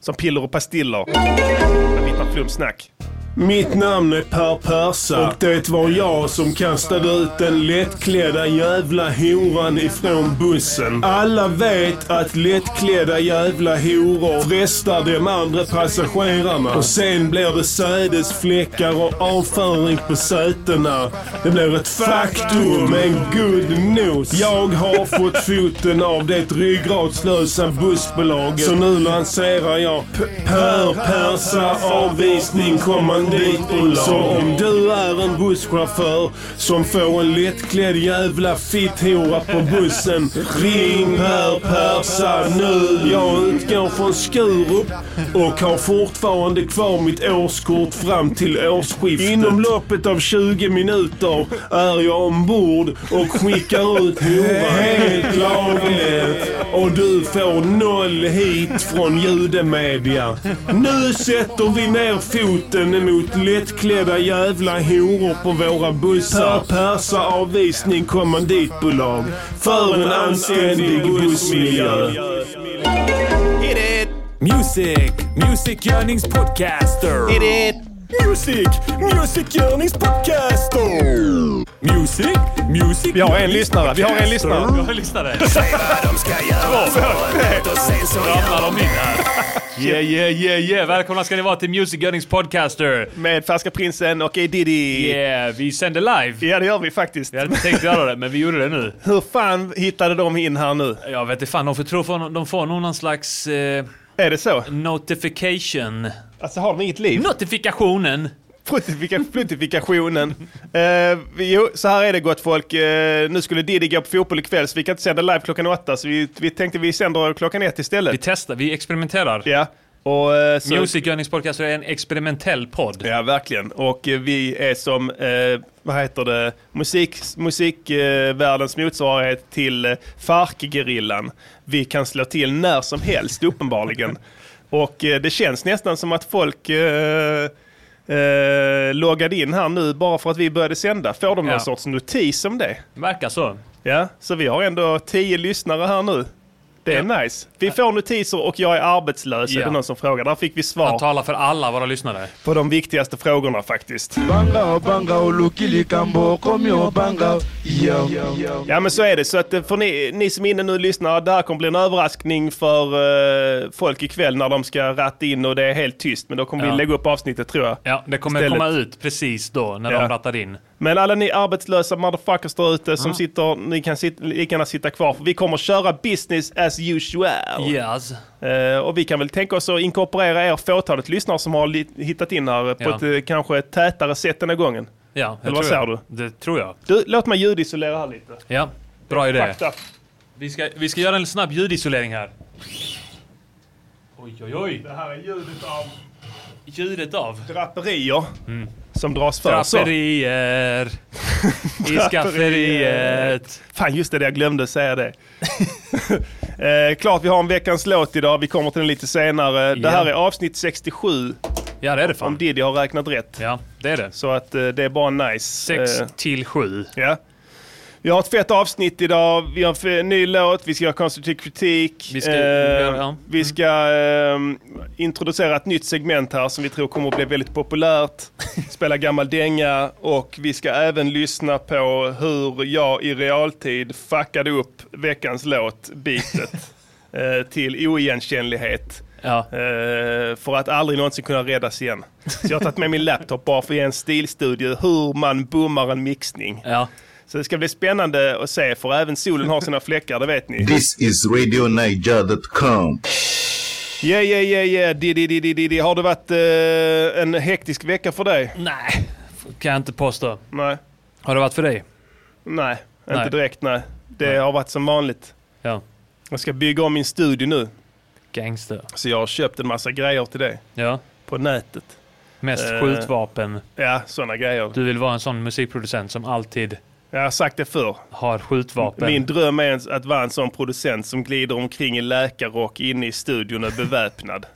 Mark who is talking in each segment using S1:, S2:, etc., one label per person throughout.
S1: Som piller och pastiller. Där vi hittar flumsnack.
S2: Mitt namn är Per Persa och det var jag som kastade ut den lättklädda jävla horan ifrån bussen. Alla vet att lättklädda jävla horor frestar de andra passagerarna och sen blir det sädesfläckar och avföring på sätena. Det blir ett faktum, en good news. Jag har fått foten av det ryggradslösa bussbolaget så nu lanserar jag P- Per Persa avvisning kommer banditbolag. Så om du är en busschaufför som får en lättklädd jävla fitthora på bussen, ring Per Persa nu. Jag utgår från Skurup och har fortfarande kvar mitt årskort fram till årsskiftet. Inom loppet av 20 minuter är jag ombord och skickar ut horan helt lagligt. Och du får noll hit från judemedia. Nu sätter vi ner foten emot lättklädda jävla horor på våra bussar. Per Persa avvisning kommanditbolag. För en anständig bussmiljö.
S1: Hit it!
S3: Music, Music Yearnings Podcaster.
S1: Hit it!
S3: Music, Music Yearnings Podcaster. Music, Music
S1: Vi har en lyssnare. Vi har en lyssnare.
S4: Jag lyssnade. Säg vad de ska göra förrätt och sen så ramlar de in här. Yeah, yeah, yeah, yeah. Välkomna ska ni vara till Music Gunnings Podcaster.
S1: Med Färska Prinsen och A Diddy.
S4: Yeah, vi sänder live.
S1: Ja, det gör vi faktiskt.
S4: Vi hade inte tänkt göra det, men vi gjorde det nu.
S1: Hur fan hittade de in här nu?
S4: Jag vet inte fan, de får, tro, får- de får nog någon slags eh,
S1: Är det så?
S4: notification.
S1: Alltså, har de inget liv?
S4: Notifikationen!
S1: Frutifika- Frutifikationen. Eh, jo, så här är det gott folk. Eh, nu skulle Diddy gå på fotboll ikväll så vi kan inte sända live klockan åtta. Så vi, vi tänkte vi sänder klockan ett
S4: Vi
S1: istället.
S4: testar, vi experimenterar.
S1: Ja. Och, eh, så,
S4: Music Gunnings Podcaster är en experimentell podd.
S1: Ja, verkligen. Och eh, vi är som, eh, vad heter det, musik, musikvärldens eh, världens motsvarighet till eh, Farc-gerillan. Vi kan slå till när som helst, uppenbarligen. Och eh, det känns nästan som att folk eh, eh, loggade in här nu bara för att vi började sända. Får de någon
S4: Ja.
S1: sorts notis om det?
S4: Verkar så.
S1: Ja, så vi har ändå tio lyssnare här nu. Det är nice. Vi får notiser och jag är arbetslös, är
S4: Ja.
S1: det någon som frågar. Där fick vi
S4: Han
S1: svar
S4: talar för alla våra lyssnare.
S1: på de viktigaste frågorna faktiskt.
S5: banga obanga olukili kambo okomi obanga yo, yo, yo.
S1: Ja men så är det. Så att eh, för ni, ni som är inne nu och lyssnar, det här kommer bli en överraskning för eh, folk ikväll när de ska ratta in och det är helt tyst. Men då kommer
S4: Ja.
S1: vi lägga upp avsnittet tror jag.
S4: Ja, det kommer
S1: Istället.
S4: komma ut precis då när
S1: Ja.
S4: de rattar in.
S1: Men alla ni arbetslösa motherfuckers där ute som sitter, ni kan sit, lika gärna sitta kvar. För vi kommer köra business as usual.
S4: Yes.
S1: Eh, och vi kan väl tänka oss att inkorporera er fåtalet lyssnare som har li- hittat in här eh, på
S4: Ja.
S1: ett eh, kanske tätare sätt den här gången.
S4: Ja, jag
S1: Eller vad
S4: tror jag.
S1: säger
S4: Det tror jag.
S1: Du, låt mig ljudisolera här lite.
S4: Ja, bra idé.
S1: Fucked up.
S4: Vi ska, vi ska göra en snabb ljudisolering här. Oj, oj, oj.
S1: Det här är ljudet av
S4: Ljudet av
S1: draperier som dras för. Så.
S4: draperier i skafferiet.
S1: Fan just det, jag glömde säga det. eh, klart vi har en veckans låt idag, vi kommer till den lite senare. Det
S4: Ja.
S1: här är avsnitt 67,
S4: Ja, det är det
S1: om
S4: fan.
S1: Diddy har räknat rätt.
S4: Ja, det är det.
S1: Så att eh, det är bara nice.
S4: Sex
S1: Eh,
S4: till sju.
S1: ja. Vi har ett fett avsnitt idag, vi har en f- ny låt, vi ska ha konstruktiv kritik.
S4: Vi Mm. ska-
S1: eh,
S4: ja.
S1: vi ska eh, introducera ett nytt segment här som vi tror kommer att bli väldigt populärt. Spela gammal dänga och vi ska även lyssna på hur jag i realtid fuckade upp veckans låt, bitet, eh, till oigenkännlighet.
S4: Ja.
S1: Eh, för att aldrig någonsin kunna räddas igen. Så jag har tagit med min laptop bara för att ge en stilstudie hur man bommar en mixning.
S4: Ja.
S1: Så det ska bli spännande att se, för även solen har sina fläckar, det vet ni.
S6: This is RadioNiger.com.
S1: Yeah, yeah, yeah, yeah, di, di, di, di, di, di. Har det varit eh, en hektisk vecka för dig?
S4: Nej, kan jag inte påstå.
S1: Nej,
S4: Har det varit för dig?
S1: nej,
S4: Nej.
S1: inte direkt nej. Det har varit som vanligt.
S4: Ja.
S1: Jag ska bygga om min studio nu,
S4: Gangster.
S1: så jag har köpt en massa grejer till dig
S4: Ja.
S1: på nätet.
S4: Mest
S1: Eh.
S4: skjutvapen.
S1: Ja, sådana grejer.
S4: Du vill vara en sån musikproducent som alltid
S1: Jag har sagt det förr.
S4: har skjutvapen.
S1: Min dröm är ens att vara en sån producent som glider omkring i läkarrock inne i studion och är beväpnad.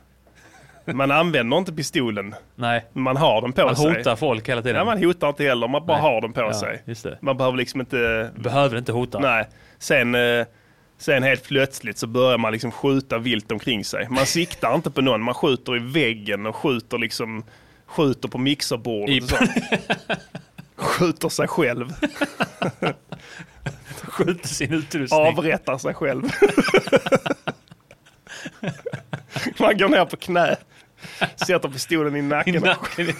S1: Man använder inte pistolen,
S4: Nej,
S1: men man har den på
S4: man
S1: sig.
S4: hotar folk hela tiden.
S1: Ja, man hotar inte heller, man bara
S4: Nej.
S1: har den på
S4: Ja,
S1: sig.
S4: Just det.
S1: Man behöver liksom inte...
S4: Behöver inte hota.
S1: Nej. Sen, eh, Sen helt plötsligt så börjar man liksom skjuta vilt omkring sig. Man siktar inte på någon, man skjuter i väggen och skjuter liksom skjuter på mixerbordet och sånt. Skjuter sig själv,
S4: Skjuter sin utrustning.
S1: avrättar sig själv. Man går ner på knä, sätter pistolen i
S4: I
S1: nacken.
S4: nacken.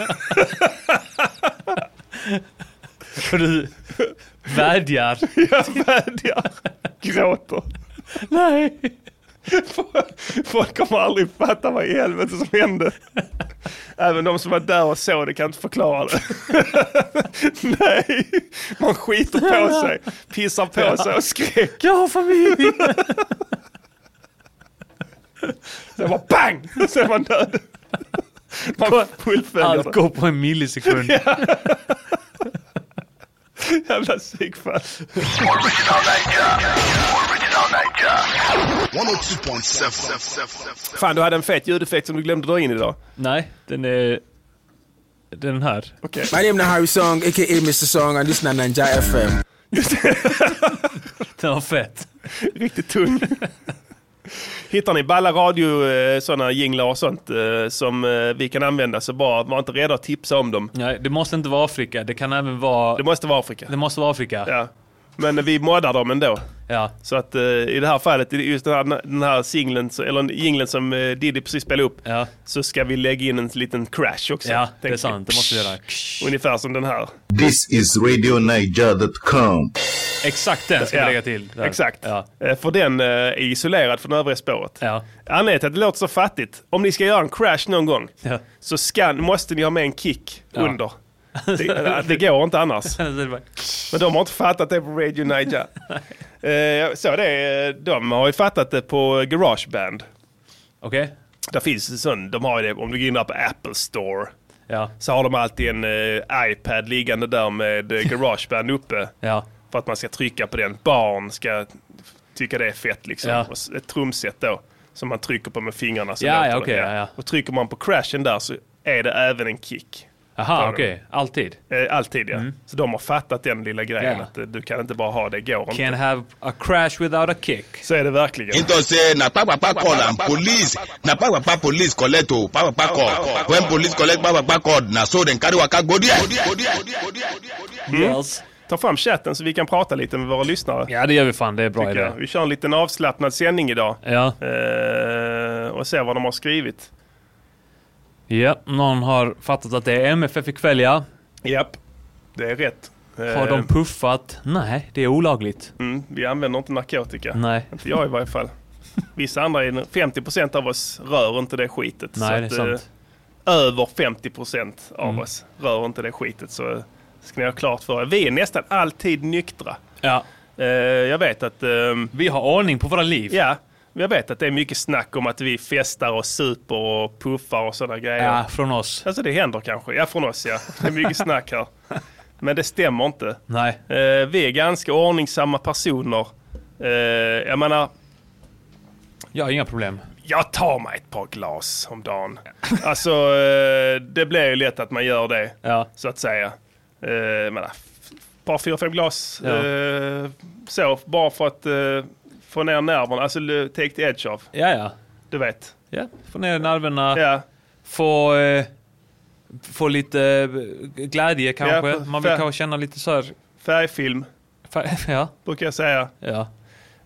S4: Och du vädjar.
S1: Jag vädjar, gråter.
S4: Nej.
S1: Folk kommer aldrig fatta vad i helvete som hände. Även de som var där och såg det kan inte förklara det. Nej, man skiter på sig, pissar på sig och skrek.
S4: Jag har familj.
S1: Sen var bang! Och Sen var man död. Man fullföljer
S4: Allt
S1: det.
S4: går på en millisekund.
S1: Jävla psykfall.
S6: 102.7.
S1: Fan, du hade en fet ljudeffekt som du glömde dra in idag.
S4: Nej, den är... Den här.
S7: My name is Harry Song, aka Mr. Song, and this is Nananja FM.
S4: Den var fett.
S1: Riktigt tung. Hittar ni balla radio, eh, sådana jinglar och sånt eh, som eh, vi kan använda så bara var inte rädda att tipsa om dem.
S4: Nej, det måste inte vara Afrika. Det kan även vara...
S1: Det måste vara Afrika.
S4: Det måste vara Afrika. Ja.
S1: Ja. Men eh, vi moddar dem ändå. Så att eh, i det här fallet, i just den här, den här singeln, så- eller jingeln som eh, Diddy precis spelade upp,
S4: Ja.
S1: så ska vi lägga in en liten crash också.
S4: Ja, det
S1: tänker
S4: är
S1: jag.
S4: sant. Det måste vi göra.
S1: Ungefär som den här.
S6: This is RadioNiger.com.
S4: Exakt den ska
S1: Ja,
S4: vi lägga till. där.
S1: Exakt.
S4: Ja.
S1: Eh, För den eh, är isolerad från övriga spåret.
S4: Ja.
S1: Anledningen till att det låter så fattigt, om ni ska göra en crash någon gång,
S4: Ja.
S1: så ska, måste ni ha med en kick under. Det, det går inte annars.
S4: Sen är det bara-
S1: Men de har inte fattat det på Radio Niger. Eh, jag såg det, eh, de har ju fattat det på Garageband.
S4: Okej.
S1: Där finns en sån, de har ju det, om du går in där på Apple Store
S4: Ja.
S1: så har de alltid en eh, iPad liggande där med eh, Garageband uppe.
S4: Ja.
S1: För att man ska trycka på den. Barn ska tycka det är fett liksom.
S4: Ja.
S1: Och s- ett trumset då. Som man trycker på med fingrarna. Så
S4: Ja,
S1: låter
S4: ja,
S1: det.
S4: okej, ja, ja.
S1: Och trycker man på crashen där så är det även en kick.
S4: Aha,
S1: de.
S4: okej. Alltid.
S1: Eh, alltid ja. Så de har fattat den lilla grejen.
S4: Mm. Ja.
S1: Att eh, du kan inte bara ha det, går inte.
S4: Can't have a crash without a kick.
S1: Så är det verkligen.
S8: Into say na power power call and police na power power police collect o power power call when police collect power power call na so dem carry waka go there.
S4: Yes.
S1: Ta fram chatten så vi kan prata lite med våra lyssnare.
S4: Ja, det gör vi fan. Det är bra
S1: tycker jag.
S4: idé.
S1: Vi kör en liten avslappnad sändning idag.
S4: Ja.
S1: Eh, och ser vad de har skrivit.
S4: ja, någon har fattat att det är MFF ikväll ja.
S1: Japp, det är rätt.
S4: Har
S1: Eh,
S4: de puffat? Nej, det är olagligt.
S1: mm, vi använder inte narkotika.
S4: Nej.
S1: Inte jag i varje fall. Vissa andra, är- 50% av oss rör inte det skitet.
S4: Nej, det är
S1: att,
S4: sant. Mm.
S1: eh, över 50% av oss rör inte det skitet. Så eh, ska ni ha klart för er. Vi är nästan alltid nyktra.
S4: Ja.
S1: Eh, jag vet att... ehm,
S4: Vi har ordning på våra liv.
S1: ja, jag vet att det är mycket snack om att vi festar och super och puffar och sådana grejer.
S4: Ja, från oss.
S1: Alltså det händer kanske. Ja, från oss ja. Det är mycket snack här. Men det stämmer inte.
S4: Nej.
S1: Eh, vi är ganska ordningsamma personer. Eh, jag menar,
S4: Jag har inga problem.
S1: jag tar mig ett par glas om dagen. Alltså, eh, det blir ju lätt att man gör det,
S4: Ja.
S1: så att säga. Eh, Jag menar, f- bara fyra, fem glas.
S4: Ja.
S1: eh, Så, bara för att eh, få ner nerverna. Alltså, le- take the edge off.
S4: Ja, ja.
S1: Du vet.
S4: Ja, få ner nerverna.
S1: Ja,
S4: Få... Eh, få lite eh, glädje kanske.
S1: Ja,
S4: Man vill
S1: fair.
S4: kanske känna lite så här...
S1: färgfilm,
S4: fa- Ja,
S1: brukar jag säga.
S4: ja.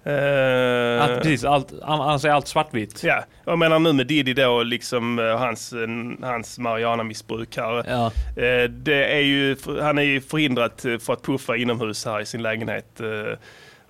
S1: Eh,
S4: Allt, precis. Allt, an- annars är allt svartvitt.
S1: Ja, jag menar nu med Diddy då, liksom eh, hans, eh, hans marijuanamissbruk här.
S4: Ja.
S1: Eh, Det är ju, han är ju förhindrad eh, för att puffa inomhus här i sin lägenhet. eh,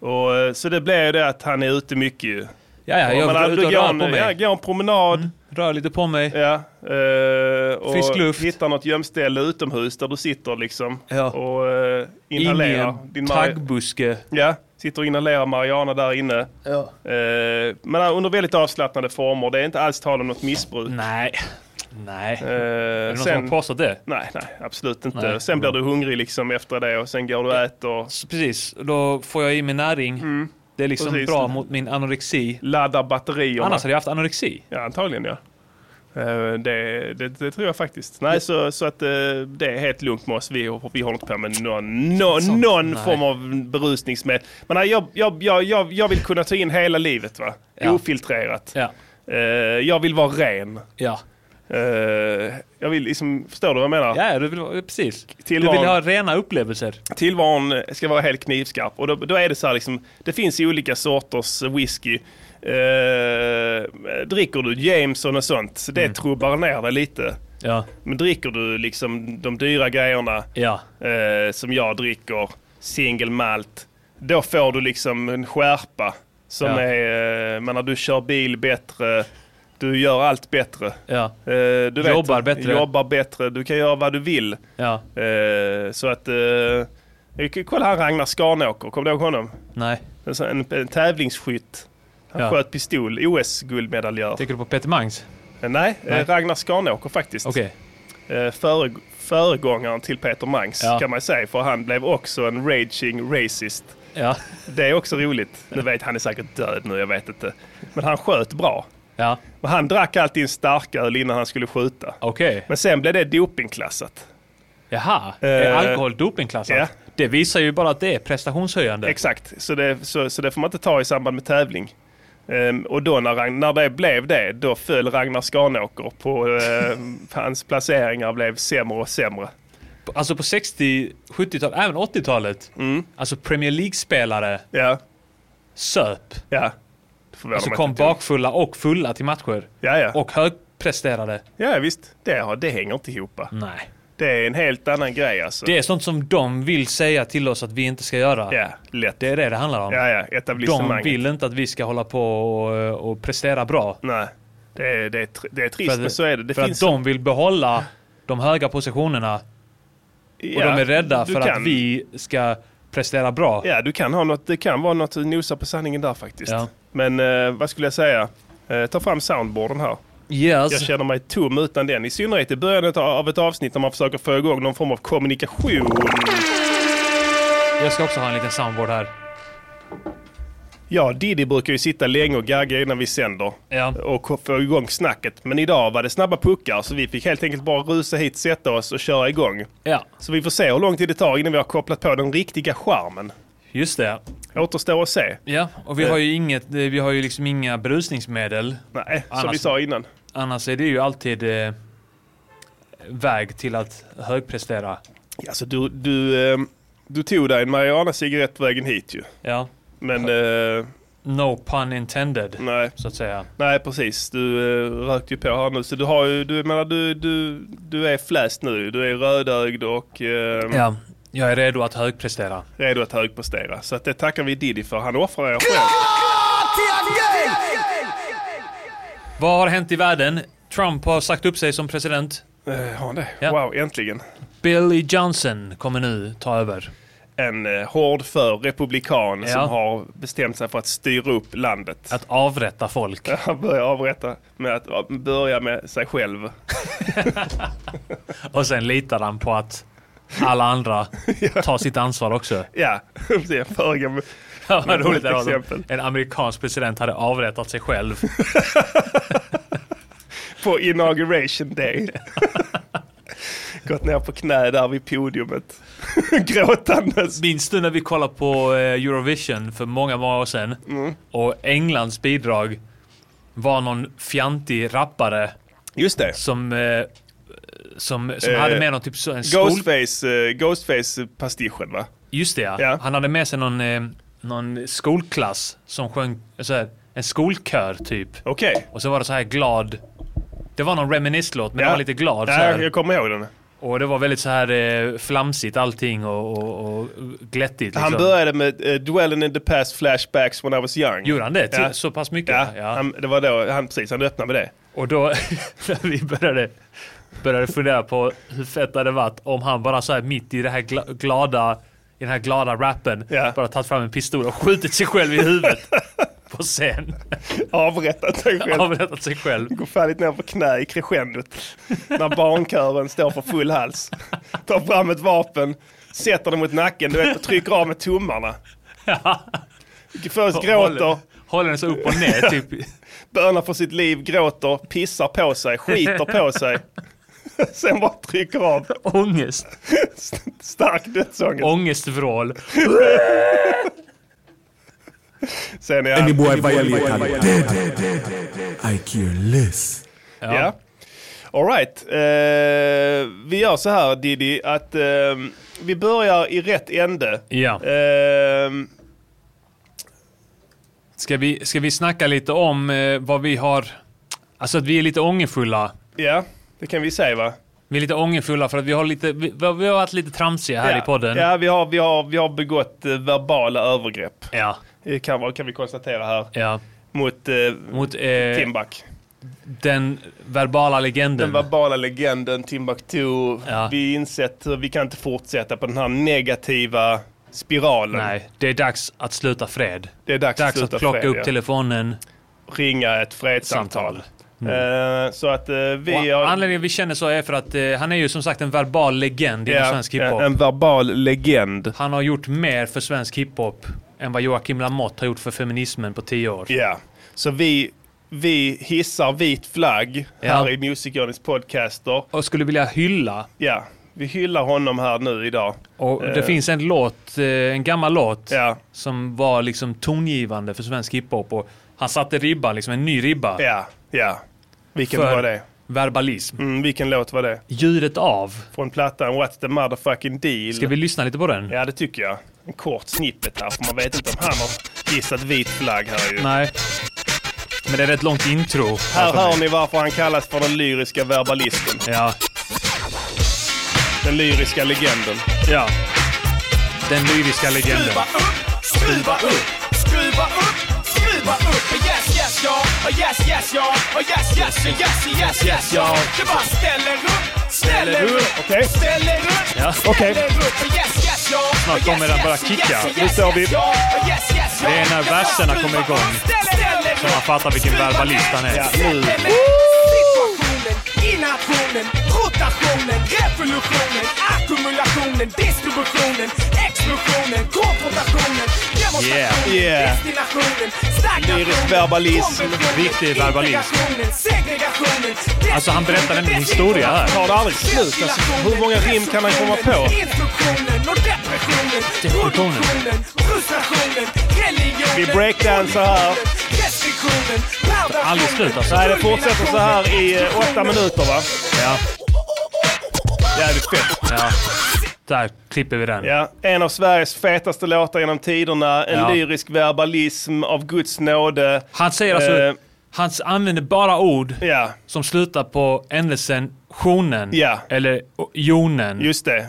S1: Och, eh, så det blir ju det att han är ute mycket ju.
S4: Ja, ja, jag
S1: Men
S4: går
S1: han-
S4: ut och
S1: går en-
S4: rör på mig. Mm.
S1: Ja, går en promenad.
S4: Rör lite på mig.
S1: Ja, eh, och
S4: Frisk luft.
S1: hittar något gömställe utomhus där du sitter liksom.
S4: Ja.
S1: Och eh,
S4: In i
S1: inhalerar.
S4: en
S1: din mari-
S4: taggbuske.
S1: Ja, sitter och inhalerar marijuana där inne.
S4: Ja.
S1: Eh, men under väldigt avslappnade former. Det är inte alls tal om något missbruk.
S4: Nej. Nej.
S1: Eh,
S4: Mm. Är det någon som
S1: sen,
S4: har påstått det?
S1: nej, nej, absolut inte.
S4: Nej.
S1: Sen blir du hungrig liksom efter det och sen går du och äter,
S4: Så Precis, då får jag i mig näring. Det är liksom
S1: Mm. Precis.
S4: bra mot min anorexi.
S1: laddar batterierna.
S4: Annars hade jag haft anorexi.
S1: Ja, antagligen ja. Eh, Det, det, det tror jag faktiskt. Nej, så, så att eh, det är helt lugnt med oss. Vi, vi håller inte på med någon, någon, någon form av berusningsmedel. Men nej, jag, jag, jag, jag, jag vill kunna ta in hela livet, va?
S4: Ja.
S1: Ofiltrerat.
S4: Ja.
S1: Eh, jag vill vara ren.
S4: Ja.
S1: Eh, jag vill liksom, förstår du vad jag menar?
S4: Ja, du vill, vara- precis. Du vill
S1: Tillvaron-
S4: ha rena upplevelser.
S1: Tillvaron ska vara helt knivskarp. Och då, då är det så här liksom, det finns ju olika sorters whisky. Eh, dricker du Jameson och sånt, så det
S4: Mm.
S1: trubbar ner dig lite.
S4: Ja.
S1: Men dricker du liksom de dyra grejerna
S4: Ja.
S1: eh, som jag dricker, single malt, då får du liksom en skärpa. Som
S4: Ja.
S1: är, eh, menar du kör bil bättre, du gör allt bättre.
S4: Ja.
S1: Eh, du vet,
S4: Jobbar bättre.
S1: Jobbar bättre, du kan göra vad du vill.
S4: Ja.
S1: Eh, så att, eh, jag kan- kolla här Ragnar Skanåker, kommer du ihåg honom?
S4: Nej.
S1: En, sån- en, en tävlingsskytt. Han
S4: Ja.
S1: sköt pistol, OS-guldmedaljör.
S4: Tänker du på Peter Mangs?
S1: Eh, Nej,
S4: Nej.
S1: eh, Ragnar Skanåker faktiskt.
S4: Okej.
S1: Eh, före, föregångaren till Peter Mangs
S4: Ja.
S1: kan man säga, för han blev också en raging racist.
S4: Ja.
S1: Det är också roligt. Nu vet han är säkert död nu, jag vet inte. Men han sköt bra.
S4: Ja.
S1: Och han drack alltid en starköl innan han skulle skjuta.
S4: Okej.
S1: Men sen blev det dopingklassat.
S4: Jaha. Är
S1: Eh,
S4: alkohol dopingklassat?
S1: ja.
S4: Det visar ju bara att det är prestationshöjande.
S1: Exakt, så det, så, så det får man inte ta i samband med tävling. Ehm, och då när, Ragn- när det blev det, då föll Ragnar Skanåker på eh, hans placeringar blev sämre och sämre.
S4: Alltså på 60, 70-talet, även 80-talet.
S1: Mm.
S4: Alltså Premier League-spelare
S1: Ja,
S4: söp.
S1: ja. Det förvånar
S4: Alltså
S1: mig
S4: kom
S1: inte ett dugg.
S4: bakfulla och fulla till matcher.
S1: Ja, ja.
S4: Och högpresterade.
S1: Ja visst, det, har- det hänger inte ihop.
S4: Nej.
S1: Det är en helt annan grej alltså.
S4: Det är sånt som de vill säga till oss att vi inte ska göra.
S1: Ja, lätt.
S4: Det är det det handlar om.
S1: Ja, ja,
S4: de
S1: etablissemanget.
S4: vill inte att vi ska hålla på och, och prestera bra.
S1: Nej, det är, det är, tr- det är trist
S4: att-
S1: men så är det. det
S4: för
S1: finns
S4: att de vill behålla de höga positionerna och de är rädda för att vi ska prestera bra.
S1: Ja, du kan ha något, det kan vara något du nosar på sanningen där faktiskt.
S4: Ja.
S1: Men eh, vad skulle jag säga? Eh, ta fram soundboarden här. Jag
S4: Yes.
S1: känner mig tom utan den. I synnerhet i början av- av ett avsnitt när man försöker få igång någon form av kommunikation.
S4: Jag ska också ha en liten soundboard här.
S1: Ja, Diddy brukar ju sitta länge och gagga innan vi sänder.
S4: Ja.
S1: Och få igång snacket. Men idag var det snabba puckar så vi fick helt enkelt bara rusa hit, sätta oss och köra igång.
S4: Ja,
S1: Så vi får se hur lång tid det tar innan vi har kopplat på den riktiga skärmen.
S4: just det.
S1: Återstår att se.
S4: Ja, och vi har ju inget, eh, vi har ju liksom inga berusningsmedel.
S1: Nej, som
S4: Annars-
S1: vi sa innan.
S4: Annars är det ju alltid eh, väg till att högprestera.
S1: Ja, så Alltså, du, du, eh, du tog dig en marijuana-cigarett på vägen hit ju.
S4: Ja,
S1: Men eh,
S4: no pun intended,
S1: nej,
S4: så att säga.
S1: nej precis. Du eh, rökte ju på här nu. Så du har ju, du, jag menar, du, du, du är fläst nu. Du är rödögd och eh,
S4: Ja, jag är redo att högprestera.
S1: redo att högprestera. Så att det tackar vi Diddy för. Han offrar er själv.
S4: Vad har hänt i världen? Trump har sagt upp sig som president.
S1: Eh, Har han det?
S4: Ja.
S1: Wow, äntligen.
S4: Billy Johnson kommer nu ta över.
S1: En eh, hårdför republikan
S4: Ja.
S1: som har bestämt sig för att styra upp landet.
S4: Att avrätta folk.
S1: Han börjar avrätta med att ja, börja med sig själv.
S4: Och sen litar han på att alla andra tar sitt ansvar också.
S1: Ja, det är föregår
S4: Ja,
S1: Men
S4: Vad roligt
S1: ett
S4: det var.
S1: exempel.
S4: En amerikansk president hade avrättat sig själv.
S1: på inauguration day. Gått ner på knä där vid podiumet. Gråtandes.
S4: Minns du när vi kollade på eh, Eurovision för många, många år sedan?
S1: Mm.
S4: Och Englands bidrag var någon fjantig rappare
S1: Just det.
S4: som, eh, som, som
S1: Eh,
S4: hade med någon typ så- en skol...
S1: Ghostface, eh, Ghostface-pastischen va?
S4: Just det ja.
S1: Ja.
S4: Han hade med sig någon, eh, någon skolklass som sjöng så här, en skolkör typ.
S1: Okej.
S4: Och så var det så här glad. Det var någon reminisce-låt men
S1: Ja.
S4: den var lite glad. Så
S1: Ja,
S4: här.
S1: jag kommer ihåg den.
S4: Och det var väldigt så här eh, flamsigt allting och, och, och glättigt. Liksom.
S1: Han började med eh, Dwelling in the past flashbacks when I was young.
S4: Gjorde han det? Till,
S1: Ja.
S4: Så pass mycket?
S1: Ja,
S4: Ja.
S1: Han, det var då han, precis, han öppnade med det.
S4: Och då när vi började, började fundera på hur fett det hade varit om han bara så här mitt i det här gla- glada i den här glada rappen
S1: Ja.
S4: bara tagit fram en pistol och skjutit sig själv i huvudet på scen.
S1: Avrättat sig själv.
S4: Avrättat sig själv.
S1: Går fallit ner på knä i crescendot. När barnkören står för full hals. Tar fram ett vapen, sätter det mot nacken du vet, och trycker av med tummarna. Först gråter,
S4: Håller- håller den så upp och ner typ.
S1: bönar för sitt liv, gråter, pissar på sig, skiter på sig. Sen bara trycker av.
S4: Ångest.
S1: Stark dödsångest.
S4: Ångestvrål.
S1: Sen är han...
S3: Boy Violeta. I care less.
S1: Ja. Alright. Eh, vi gör så här Diddy att eh, vi börjar i rätt ände.
S4: Ja.
S1: Eh,
S4: Ska vi, ska vi snacka lite om eh, vad vi har... Alltså att vi är lite ångerfulla.
S1: ja, det kan vi säga va?
S4: Vi är lite ångerfulla för att vi har lite... Vi, vi har varit lite tramsiga här
S1: ja.
S4: i podden.
S1: Ja, vi har, vi har, vi har begått eh, verbala övergrepp.
S4: Ja.
S1: Det kan, vara- kan vi konstatera här.
S4: ja.
S1: Mot, eh,
S4: Mot eh,
S1: Timbuk.
S4: den verbala legenden.
S1: Den verbala legenden Timbuktu.
S4: Ja.
S1: Vi insett hur vi kan inte fortsätta på den här negativa spiralen.
S4: Nej, det är dags att sluta fred.
S1: Det är dags,
S4: Dags
S1: sluta
S4: att plocka
S1: fred,
S4: upp
S1: ja.
S4: telefonen.
S1: ringa ett fredssamtal. Eh, så att eh, vi
S4: Mm. Och Anledningen vi känner så är för att eh, han är ju som sagt en verbal legend inom
S1: Ja,
S4: svensk
S1: ja,
S4: hiphop.
S1: En verbal legend.
S4: Han har gjort mer för svensk hiphop än vad Joakim Lamotte har gjort för feminismen på tio år.
S1: Ja. Så vi, vi hissar vit flagg
S4: Ja.
S1: här i Music Journeys podcaster.
S4: Och skulle vilja hylla
S1: Ja. Vi hyllar honom här nu idag.
S4: Och det
S1: Eh.
S4: finns en låt, eh, en gammal låt,
S1: Ja.
S4: som var liksom tongivande för svensk hiphop. Och han satte ribban, liksom en ny ribba,
S1: Ja, ja. Vilken
S4: För-
S1: var det?
S4: verbalism.
S1: Mm, vilken låt var det?
S4: Ljudet av.
S1: Från plattan What's the motherfucking deal?
S4: Ska vi lyssna lite på den?
S1: Ja, det tycker jag. En kort snippet här, för man vet inte om han har hissat vit flagg här ju.
S4: Nej. Men det är ett långt intro.
S1: Här hör ni varför han kallas för den lyriska verbalisten.
S4: Ja.
S1: Den lyriska legenden.
S4: ja. Den lyriska legenden.
S3: Skruva upp, skruva upp, skruva upp. Yes, yes, ja. Yes, yes, ja. Yes, yes, yes, yes, yes, ja. Det bara ställer upp, ställer upp,
S1: Okej?
S3: ställer upp,
S4: Ja.
S1: Okej.
S3: ställer upp. Yes, yes, ja.
S4: Snart kommer den bara kicka.
S1: Nu står vi-
S4: Det är när verserna kommer igång. Så man fattar vilken verbalist han är.
S1: Ja, nu.
S3: Situationen, innationen, rotationen, revolutionen, ackumulationen, distributionen, explosionen, konfrontationen, demonstrationen,
S1: Yeah. Yeah.
S3: destinationen, stagnationen,
S1: Lyrisk verbalism.
S3: konventionen,
S4: Viktig verbalism.
S3: integrationen, segregationen,
S4: Alltså, han berättar en historia här.
S1: Tar det aldrig slut? Alltså, hur många rim kan han komma på?
S3: Instruktionen och depressionen,
S4: Depressionen.
S3: produktionen, frustrationen, religionen,
S1: Vi breakdansar här.
S3: restriktionen,
S4: Aldrig slut, alltså.
S1: Nej, det fortsätter så här i eh, åtta minuter va?
S4: Ja.
S1: Jävligt fett.
S4: ja. Där klipper vi den.
S1: Ja, en av Sveriges fetaste låtar genom tiderna. En
S4: Ja.
S1: lyrisk verbalism av Guds nåde.
S4: Han säger alltså...
S1: Eh.
S4: Han s- använder bara ord
S1: Ja,
S4: som slutar på ändelsen sjonen
S1: Ja.
S4: eller o- jonen.
S1: just det.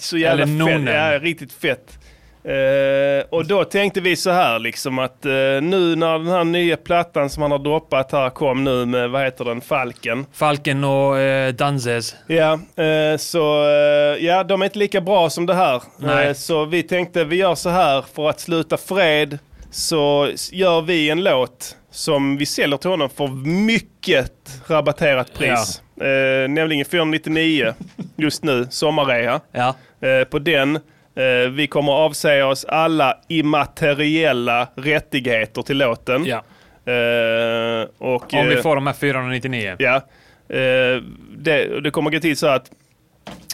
S1: Så jävla
S4: Eller
S1: fett.
S4: nonen.
S1: Ja, riktigt fett. Eh, och då tänkte vi så här liksom att eh, nu när den här nya plattan som han har droppat här kom nu med, vad heter den, Falken.
S4: Falken och eh, Danzes.
S1: Ja, eh, så eh, ja, de är inte lika bra som det här.
S4: Nej.
S1: Eh, Så vi tänkte vi gör så här för att sluta fred så s- gör vi en låt som vi säljer till honom för mycket rabatterat pris. Eh, nämligen 499 just nu, sommarrea.
S4: Ja.
S1: Eh, på den. Eh, vi kommer avsäga oss alla immateriella rättigheter till låten.
S4: ja.
S1: Eh, och,
S4: Om vi
S1: eh,
S4: får de här 499.
S1: Ja. Eh, det, det kommer gå till så att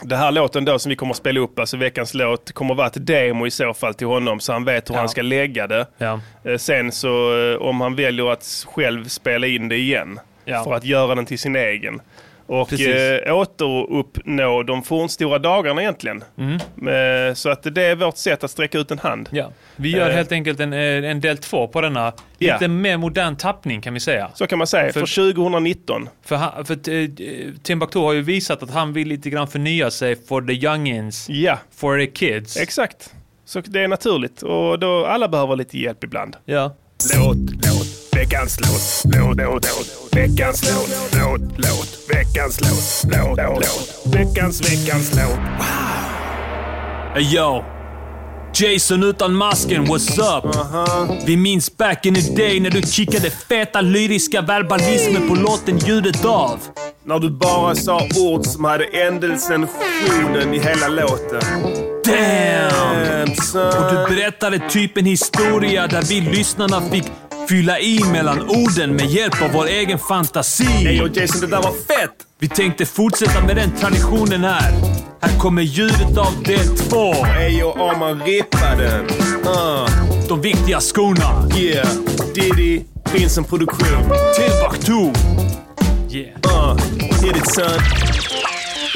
S1: det här låten då som vi kommer att spela upp, alltså veckans låt, kommer vara ett demo i så fall till honom så han vet hur
S4: Ja.
S1: han ska lägga det.
S4: Ja.
S1: Eh, sen så eh, om han väljer att själv spela in det igen
S4: Ja.
S1: för att göra den till sin egen. Och
S4: Precis.
S1: eh, återuppnå de fornstora dagarna egentligen. Eh, så att det är vårt sätt att sträcka ut en hand.
S4: Mm. Ja. Vi gör
S1: Eh.
S4: helt enkelt en, eh, en del två på denna.
S1: Ja.
S4: Lite mer modern tappning kan vi säga.
S1: Så kan man säga, för,
S4: För-
S1: 2019.
S4: För, han, för eh, Timbuktu har ju visat att han vill lite grann förnya sig for the youngins,
S1: Ja,
S4: for the kids.
S1: exakt. Så det är naturligt och då alla behöver lite hjälp ibland.
S4: ja.
S3: Låt, låt, veckans låt, låt, låt, låt, veckans låt, låt, låt, veckans låt, låt, låt, veckans, veckans låt.
S4: Hey, Yo! Jason utan masken, what's up? Vi minns back in the day när du kickade feta lyriska verbalismen på låten Ljudet av.
S2: När du bara sa ord som hade ändelsen sjonen i hela låten.
S4: Damn!
S2: Damn, son.
S4: Och du berättade typ en historia där vi lyssnarna fick fylla i mellan orden med hjälp av vår egen fantasi.
S1: Ey och Jason, det där var fett!
S4: Vi tänkte fortsätta med den traditionen här. Här kommer ljudet av del två.
S2: Ey och Arman rippa den. Uh,
S4: De viktiga skorna.
S2: yeah. Diddy, Prinsen Produktion.
S4: Timbuktu. Yeah.
S2: Uh, hit it son.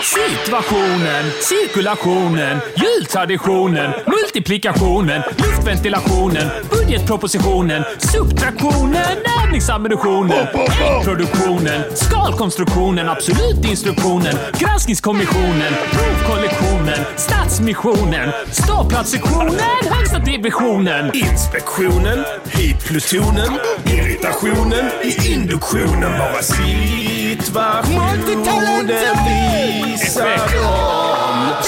S4: Situationen, cirkulationen, jultraditionen, multiplikationen, luftventilationen, budgetpropositionen, subtraktionen, övningsammunitionen, produktionen, skalkonstruktionen, absolutinstruktionen, granskningskommissionen, provkollektionen, statsmissionen, ståplatssektionen, högsta divisionen.
S2: Inspektionen, i plutonen, irritationen, i induktionen. Bara situationen visar
S4: Effekt.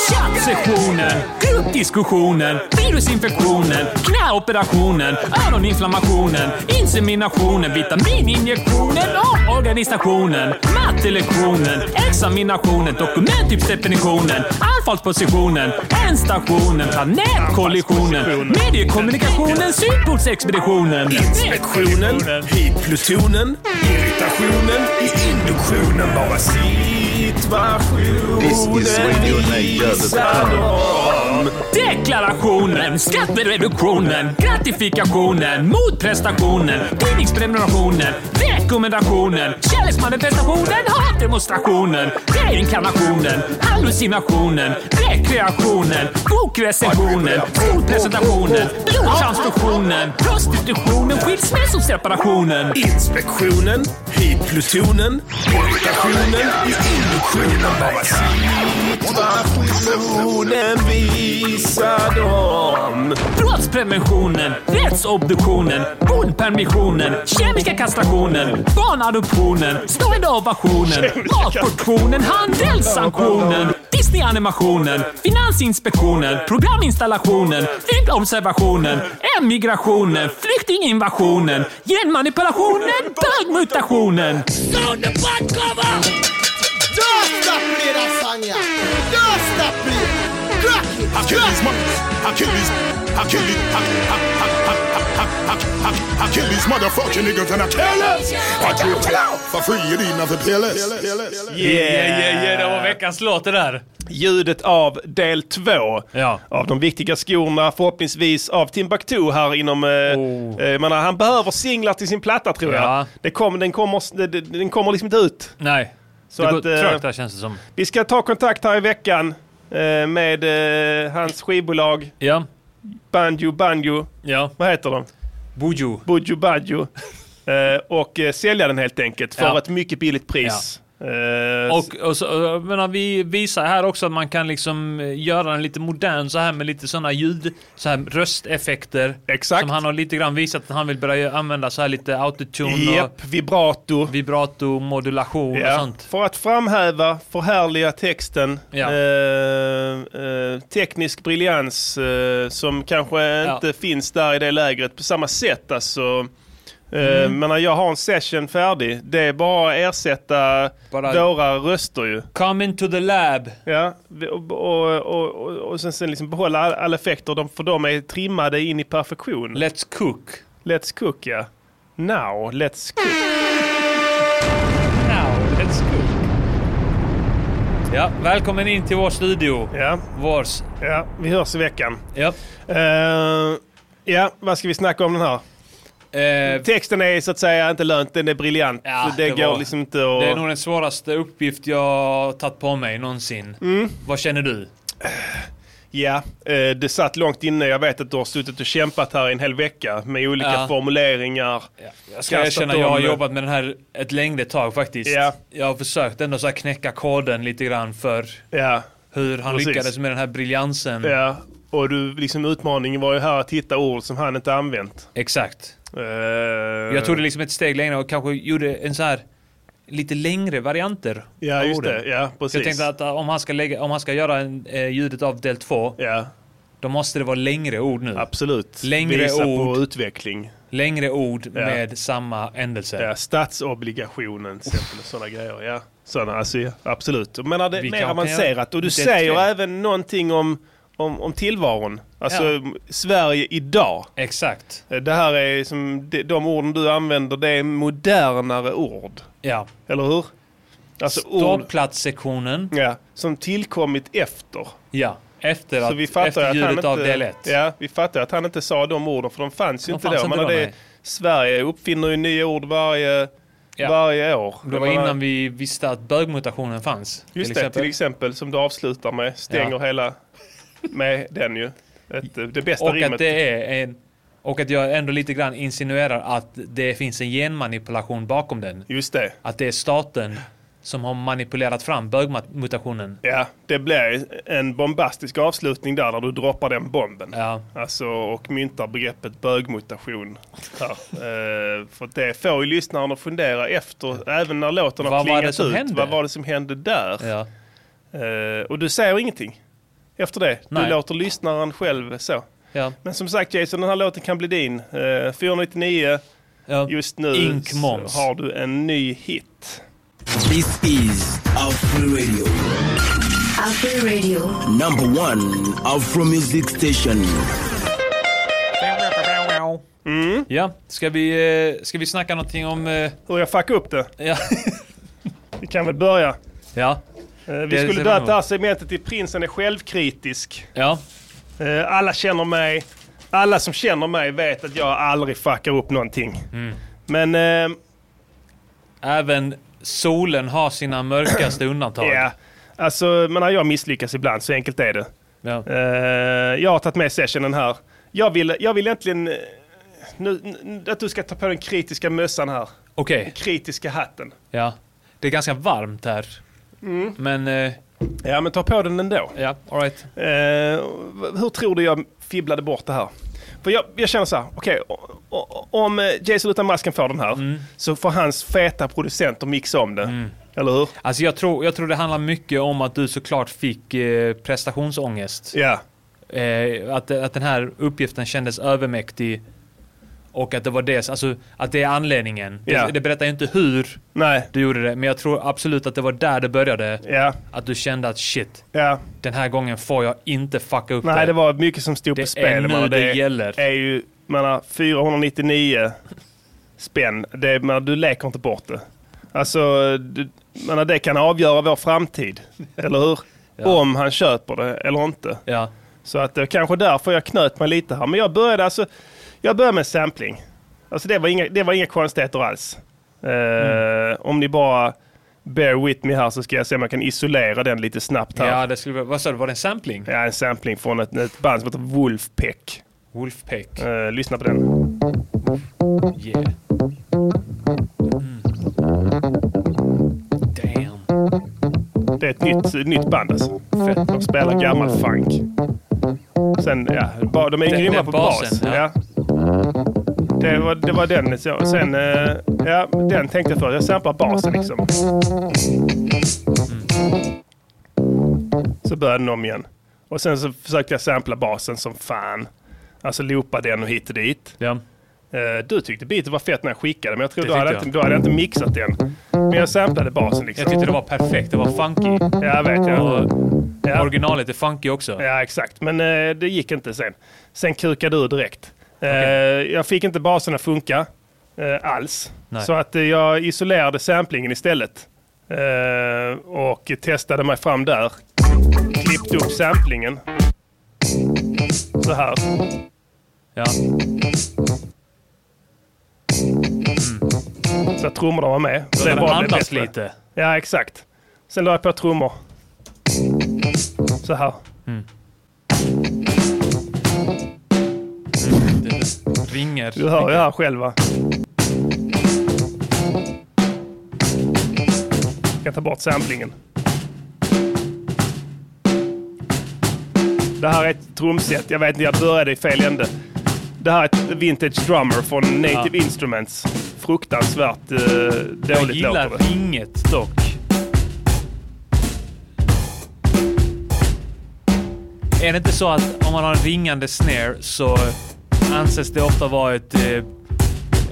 S4: Chattsessionen, gruppdiskussionen, virusinfektionen, knäoperationen, öroninflammationen, inseminationen, vitamininjektionen och organisationen. Mattelektionen, examinationen, dokumenttypsdefinitionen, anfallspositionen, enstationen, planetkollisionen, mediekommunikationen, sydpolsexpeditionen.
S2: Inspektionen, i plutonen, irritationen, i induktionen. Bara
S6: This is
S2: situationen
S6: Radio Niger.com.
S2: visar dem.
S4: Deklarationen, skattereduktionen, gratifikationen, motprestationen, tidningsprenumerationen, rekommendationen, kärleksmanifestationen, hatdemonstrationen, reinkarnationen, hallucinationen, rekreationen, bokrecensionen, skolpresentationen, blodtransfusionen, prostitutionen, skilsmässoseparationen.
S2: Inspektionen, i plutonen, irritationen, i induktionen. Bara situationen visar dem.
S4: Brottspreventionen, rättsobduktionen, bondpermissionen, kemiska kastrationen, barnadoptionen, stående ovationen, matportionen, handelssanktionen, Disney-animationen, Finansinspektionen, programinstallationen, flygobservationen, emigrationen, flyktinginvasionen, genmanipulationen, bögmutationen.
S8: Achilles, mo- Achilles, Achilles, Ach- Ach- Ach- Ach- Ach- Ach- Ach- Achilles, motherfucking niggas and Achilles. Watch out, watch out for free innanför PLS.
S4: veckans låt det där.
S1: Ljudet av del två
S4: Ja.
S1: av de viktiga skorna, förhoppningsvis av Timbuktu här inom... eh,
S4: Oh.
S1: eh, jag menar, han behöver singlar till sin platta tror jag.
S4: Ja.
S1: Det kom, den, kommer, den- den kommer liksom inte ut.
S4: Nej,
S1: Så att, eh,
S4: där känns det som.
S1: vi ska ta kontakt här i veckan eh, med eh, hans skivbolag
S4: Ja,
S1: Banjo Banjo.
S4: ja.
S1: Vad heter de?
S4: Bujo.
S1: Bujo Bajo. Eh, och eh, sälja den helt enkelt för
S4: Ja.
S1: ett mycket billigt pris. Eh,
S4: Och, och så, jag menar, vi visar här också att man kan liksom eh, göra den lite modern så här med lite sådana ljud, så här rösteffekter.
S1: Exakt.
S4: Som han har lite grann visat att han vill börja använda så här lite autotune och
S1: Japp, vibrato.
S4: vibrato, modulation och
S1: Ja,
S4: sånt.
S1: för att framhäva, förhärliga texten,
S4: Ja.
S1: eh, eh, teknisk briljans eh, som kanske inte finns där i det lägret på samma sätt. Alltså, eh,
S4: Mm.
S1: Men när jag har en session färdig, det är bara att ersätta
S4: Bara-
S1: våra röster ju.
S4: Come into the lab.
S1: Ja, vi- och, och, och, och, och sen, sen liksom behålla all- alla effekter, de, för de är trimmade in i perfektion.
S4: Let's cook.
S1: Let's cook ja. Now, let's cook.
S4: Now, let's cook. Ja, välkommen in till vår studio.
S1: Ja,
S4: Vårs.
S1: ja, vi hörs i veckan.
S4: Ja.
S1: Eh, ja, vad ska vi snacka om den här?
S4: Eh,
S1: Texten är så att säga inte lönt, den är briljant.
S4: Ja,
S1: det,
S4: det
S1: går
S4: var-
S1: liksom inte att...
S4: det är nog den svåraste uppgift jag har tagit på mig någonsin.
S1: Mm.
S4: Vad känner du?
S1: Ja, eh, det satt långt inne. Jag vet att du har suttit och kämpat här i en hel vecka med olika
S4: Ja.
S1: formuleringar.
S4: Jag ska
S1: Kastat
S4: erkänna, jag har
S1: om-
S4: jobbat med den här ett längre tag faktiskt.
S1: Ja.
S4: Jag har försökt ändå så här knäcka koden lite grann för
S1: Ja,
S4: hur han
S1: Precis.
S4: lyckades med den här briljansen.
S1: ja. Och du, liksom, utmaningen var ju här att hitta ord som han inte använt.
S4: Exakt.
S1: Eh,
S4: Jag tog det liksom ett steg längre och kanske gjorde en så här lite längre varianter.
S1: Ja,
S4: av
S1: just
S4: orden.
S1: det. Ja, precis.
S4: Så jag tänkte att uh, om han ska, lägga, om han ska göra en, eh, ljudet av del 2,
S1: Ja,
S4: då måste det vara längre ord nu.
S1: absolut.
S4: Längre
S1: Visa
S4: ord.
S1: på utveckling.
S4: Längre ord med samma ändelse.
S1: Ja, statsobligationen till exempel, och sådana grejer. Ja. Sådana, alltså, ja, absolut. Men det är
S4: Vi
S1: mer
S4: kan-
S1: avancerat. Och du
S4: det
S1: säger
S4: tror jag.
S1: även någonting om, om, om tillvaron. Alltså Sverige idag.
S4: Exakt.
S1: Det här är som de- de orden du använder, det är modernare ord.
S4: Ja.
S1: Eller hur? Alltså ord
S4: Ståplatssektionen.
S1: ja, som tillkommit efter.
S4: Ja. Efter, att,
S1: Så vi fattar
S4: efter
S1: att han
S4: ljudet
S1: inte,
S4: av del 1.
S1: Ja, vi fattar att han inte sa de orden för de fanns ju
S4: De
S1: inte
S4: fanns
S1: då.
S4: inte
S1: Men
S4: då,
S1: det,
S4: nej.
S1: Sverige uppfinner ju nya ord varje,
S4: Ja.
S1: varje år.
S4: Det var innan vi visste att bögmutationen fanns.
S1: Just
S4: till
S1: det,
S4: exempel.
S1: till exempel som du avslutar med, stänger
S4: Ja.
S1: hela med den ju. Ett, eh, det bästa
S4: Och
S1: rimmet.
S4: att det är en... Och att jag ändå lite grann insinuerar att det finns en genmanipulation bakom den.
S1: Just det.
S4: Att det är staten som har manipulerat fram bögmutationen.
S1: Ja, det blir en bombastisk avslutning där när du droppar den bomben.
S4: Ja.
S1: Alltså, och myntar begreppet bögmutation. Här. Eh, för det får ju lyssnaren att fundera efter, även när låten har
S4: Vad var
S1: klingat
S4: det som
S1: ut.
S4: hände?
S1: Vad var det som hände där?
S4: Ja.
S1: Eh, och du säger ingenting efter det. Du
S4: Nej.
S1: låter lyssnaren själv så.
S4: Ja.
S1: Men som sagt Jason, den här låten kan bli din. Eh, 499,
S4: ja.
S1: just nu
S4: Ink
S1: så
S4: Moms.
S1: har du en ny hit.
S3: This is Afro Radio,
S9: Afro Radio.
S3: number one Afro music station.
S4: Ja, ska vi, eh, ska vi snacka någonting om... eh,
S1: Hur jag fuckade upp det.
S4: Ja.
S1: Vi kan väl börja.
S4: ja.
S1: Eh, vi
S4: Det
S1: skulle
S4: ser
S1: döpt
S4: vi
S1: det här segmentet till Prinsen är självkritisk.
S4: Ja.
S1: Eh, alla känner mig. Alla som känner mig vet att jag aldrig fuckar upp någonting.
S4: Mm.
S1: Men eh,
S4: Även solen har sina mörkaste undantag.
S1: ja, alltså, men när jag misslyckas ibland, så enkelt är det.
S4: Ja.
S1: Eh, jag har tagit med sessionen här. Jag vill, jag vill egentligen eh, nu, nu, att du ska ta på den kritiska mössan här.
S4: Okej,
S1: Kritiska hatten.
S4: ja. Det är ganska varmt här. Men, eh,
S1: Ja, men ta på den ändå.
S4: ja, alright.
S1: Eh, hur tror du jag fibblade bort det här? För jag, jag känner så här, okej, o- o- om eh, Jason utan masken får den här
S4: Mm.
S1: så får hans feta producenter mixa om det. Eller hur?
S4: Alltså jag tror, jag tror det handlar mycket om att du såklart fick eh, prestationsångest.
S1: Ja,
S4: Eh, att, att den här uppgiften kändes övermäktig. Och att det var det, alltså att det är anledningen. Det,
S1: Ja.
S4: det berättar ju inte hur
S1: nej,
S4: du gjorde det, men jag tror absolut att det var där det började.
S1: ja,
S4: Att du kände att shit,
S1: ja.
S4: den här gången får jag inte fucka upp
S1: Nej, det var mycket som stod på
S4: Det
S1: spel.
S4: är
S1: jag
S4: nu
S1: menar,
S4: det, gäller.
S1: är ju, jag menar, 499 spänn. Det, jag menar, du leker inte bort det. Alltså, du, jag menar, det kan avgöra vår framtid. Eller hur? Om han köper det eller inte.
S4: Ja,
S1: Så att det var kanske därför jag knöt mig lite här. Men jag började alltså, jag började med sampling. Alltså det var inga, det var inga konstigheter alls. Eh, Om ni bara bear with me här så ska jag se om jag kan isolera den lite snabbt här.
S4: ja det skulle, vara- vad sa du, var det en sampling?
S1: Ja, en sampling från ett, ett band som heter Wolfpack.
S4: Wolfpack.
S1: Eh, lyssna på den.
S4: Yeah. Mm. Damn.
S1: Det är ett nytt, ett nytt band alltså. Fett. De spelar gammal funk. Sen, ja, ba, de är
S4: Den-
S1: grymma
S4: den
S1: på bas.
S4: basen,
S1: Ja.
S4: ja.
S1: Det, var, det var den. Så, sen, eh, ja, den tänkte jag först. Jag samplar basen liksom. Så började den om igen. Och sen så försökte jag sampla basen som fan. Alltså loopa den och hit och dit.
S4: Ja.
S1: Eh, Du tyckte beatet var fett när jag skickade men jag tror
S4: Det
S1: du hade,
S4: tyckte
S1: inte, du hade inte mixat den. Men jag samplade basen liksom.
S4: Jag tyckte det var perfekt, det var funky.
S1: Ja, jag vet jag.
S4: Och
S1: Ja,
S4: originalet är funky också.
S1: ja exakt. Men eh, det gick inte sen. Sen kukade du direkt. Eh, Jag fick inte basen att funka eh, alls.
S4: Nej.
S1: Så att eh, jag isolerade samplingen istället. Eh, Och testade mig fram där. Klippte upp samplingen. Så här.
S4: Ja.
S1: Så att trummorna var med. Så
S4: Så den
S1: bara blev
S4: andas
S1: bättre.
S4: lite.
S1: Ja, exakt. Sen la jag på trummor. Så här.
S4: Det ringer.
S1: Du hör ju här själva. Jag kan ta bort samplingen. Det här är ett trumset. Jag vet inte, jag började i fel ände. Det här är ett vintage drummer från Native Instruments. Fruktansvärt eh,
S4: Jag
S1: dåligt låter
S4: gillar
S1: det.
S4: ringet dock. Är det inte så att om man har en ringande snare så anses det ofta vara ett, eh,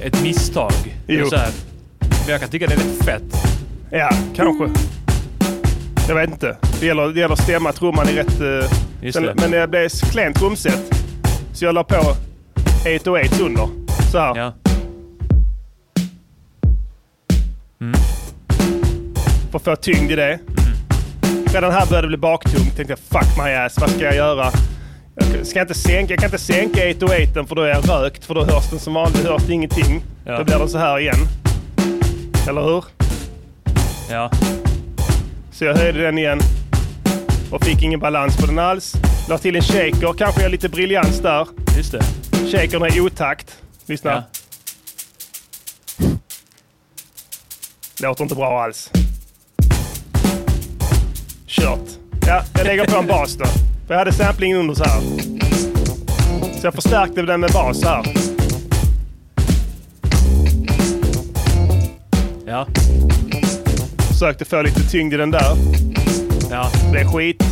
S4: ett misstag? Det är
S1: Jo.
S4: Så här. Men jag kan tycka det är rätt fett.
S1: Ja, kanske. Jag vet inte. Det gäller, det gäller att stämma trumman i rätt... eh,
S10: Just
S1: Sen,
S10: det.
S1: men det blev så klent trumset. Så jag la på 8 och 8 under. Så här. För att få tyngd i det. Redan här började det bli baktungt. Tänkte jag fuck my ass, vad ska jag göra? Jag, ska jag, inte sänka, jag kan inte sänka 8 och 8 för då är jag rökt. För då hörs den som vanligt, hörs det ingenting.
S10: Ja.
S1: Då blir den så här igen. Eller hur?
S10: Ja.
S1: Så jag höjde den igen och fick ingen balans på den alls. La till en shaker, kanske jag lite briljans där.
S10: Just det.
S1: Shakern är i otakt. Lyssna. Låter inte bra alls. Kört. Ja, jag lägger på en bas då. För jag hade samplingen under så här. Så jag förstärkte den med bas här.
S10: Ja.
S1: Försökte få lite tyngd i den där.
S10: Ja.
S1: Det är skit.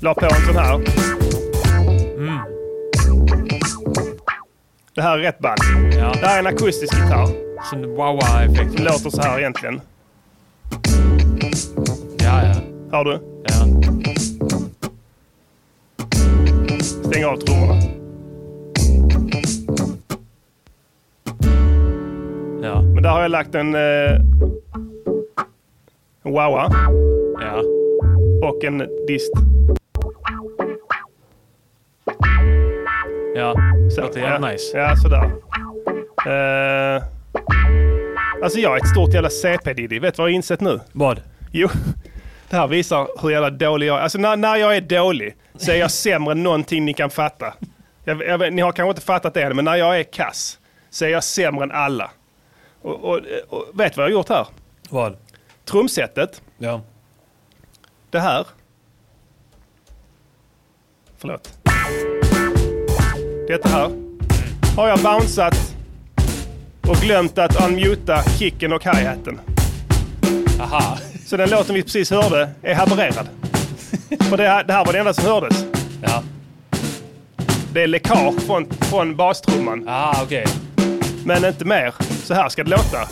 S1: La på en sån här. Mm. Det här är rätt ball. Det här är en akustisk gitarr.
S10: Som wah-wah-effekt.
S1: Som låter så här egentligen.
S10: Ja, ja.
S1: Hör du?
S10: Ja.
S1: Stäng av trummorna.
S10: Ja.
S1: Men där har jag lagt en... Eh, en wawa.
S10: Ja.
S1: Och en dist.
S10: Ja.
S1: Så,
S10: Låter
S1: ja,
S10: jävligt nice.
S1: Ja, sådär. Eh, alltså jag är ett stort jävla CP-Diddy. Vet du vad jag har insett nu?
S10: Vad?
S1: Jo, det här visar hur jävla dålig jag är. Alltså när, när jag är dålig så är jag sämre än någonting ni kan fatta. Jag, jag, vet- ni har kanske inte fattat det än, men när jag är kass så är jag sämre än alla. Och, och, och vet du vad jag har gjort här?
S10: Vad?
S1: Trumsetet.
S10: Ja.
S1: Det här. Förlåt. Detta här. Har jag bounceat och glömt att unmuta kicken och hi-haten.
S10: Aha.
S1: Så den låten vi precis hörde är havererad. För det här, det här var det enda som hördes.
S10: Ja.
S1: Det är läckage från, från bastrumman.
S10: Ah, okej.
S1: Men inte mer. Så här ska det låta.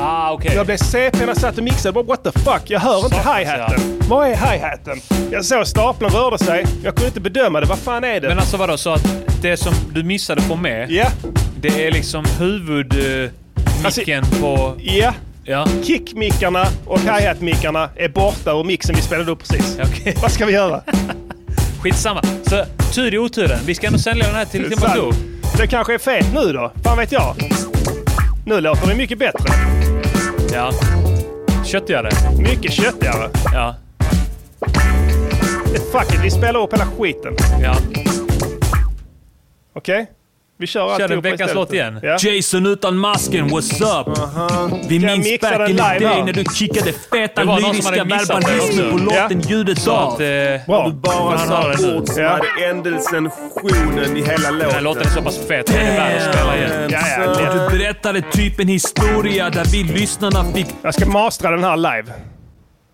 S10: Ah, okej.
S1: Jag blev CP när jag satt och mixade. Bara, what the fuck? Jag hör inte hi-haten. Var är hi-haten? Jag såg stapeln rörde sig. Jag kunde inte bedöma det. Vad fan är det?
S10: Men alltså vadå, så att det som du missade på med,
S1: Ja.
S10: det är liksom huvudmicken micken
S1: Alltså-
S10: på...
S1: Ja.
S10: Ja.
S1: Kickmickarna och hi-hat-mickarna är borta ur mixen vi spelade upp precis. Vad ska vi göra?
S10: Skitsamma. Så tur i oturen. Vi ska ändå sälja den här till Timbuktu.
S1: Det kanske är fet nu då? Fan vet jag. Nu låter det mycket bättre.
S10: Ja. Köttigare.
S1: Mycket köttigare.
S10: Ja.
S1: Fuck it, vi spelar upp hela skiten.
S10: Ja.
S1: Okej? Vi kör
S10: Kör en
S1: alltihopa
S10: veckans
S1: istället.
S10: låt igen.
S1: Ja.
S4: Jason utan masken, what's up? Vi
S1: Kan jag
S4: minns
S1: mixa
S4: back
S1: den
S4: in the
S1: live
S4: day
S1: här?
S4: när du kickade feta
S10: Det var någon som
S4: lyriska
S10: hade missat det
S4: verbalismer på
S10: också.
S4: låten Ljudet
S10: Så
S4: av.
S10: att... Eh,
S1: Bra.
S2: Bara
S10: Han har den
S2: så
S10: nu.
S2: ord som
S1: Ja.
S2: hade ändelsensionen i hela låten.
S10: den här låten är så pass fet. Den är värd att spela igen.
S1: Ja, ja,
S4: Och
S1: lätt.
S4: Du berättade typ en historia där vi lyssnarna fick
S1: Jag ska mastra den här live.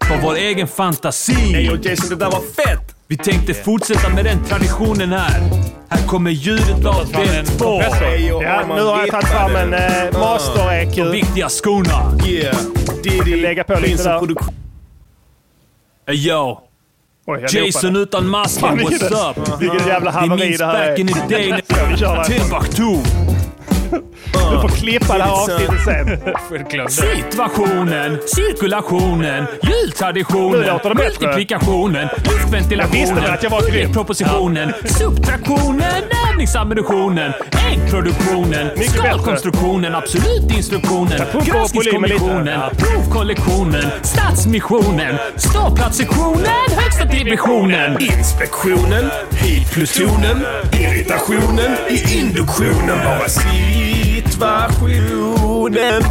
S4: på vår egen
S2: Ey,
S4: fantasi.
S2: och Jason, det där var fett!
S4: Vi tänkte fortsätta med den traditionen här. Här kommer Ljudet av
S10: fram en
S4: del 2.
S10: kompressor.
S2: Ey, och
S1: Ja,
S2: om man
S1: nu har jag tagit fram en
S2: vippade-
S1: eh, master-EQ.
S4: Viktiga skorna.
S2: Yeah. Diddy,
S1: lägga på lite
S2: Prince
S1: där.
S2: of Produ-
S4: Yo,
S1: Oj, jag
S4: Jason
S1: dopade.
S4: utan masken,
S1: Fan, vilket-
S4: what's up?
S1: Vilket jävla
S4: Vi
S1: haveri
S4: minns
S1: det här är.
S4: back in the day
S1: Ska vi köra?
S4: när Timbuktu.
S1: Du får klippa
S10: uh,
S1: det här avsnittet sen.
S4: Situationen, cirkulationen,
S1: Nu
S4: jultraditionen,
S1: låter det bättre.
S4: multiplikationen,
S1: Jag visste väl
S4: luftventilationen,
S1: att jag var grym.
S4: propositionen, subtraktionen, övningsammunitionen, äggproduktionen,
S1: Mycket
S4: skalkonstruktionen, absolut instruktionen,
S1: pumpar upp volymen lite.
S4: granskningskommissionen, provkollektionen, statsmissionen, ståplatssektionen, högsta divisionen.
S2: Inspektionen, i plutonen, irritationen, i induktionen. Bara situationen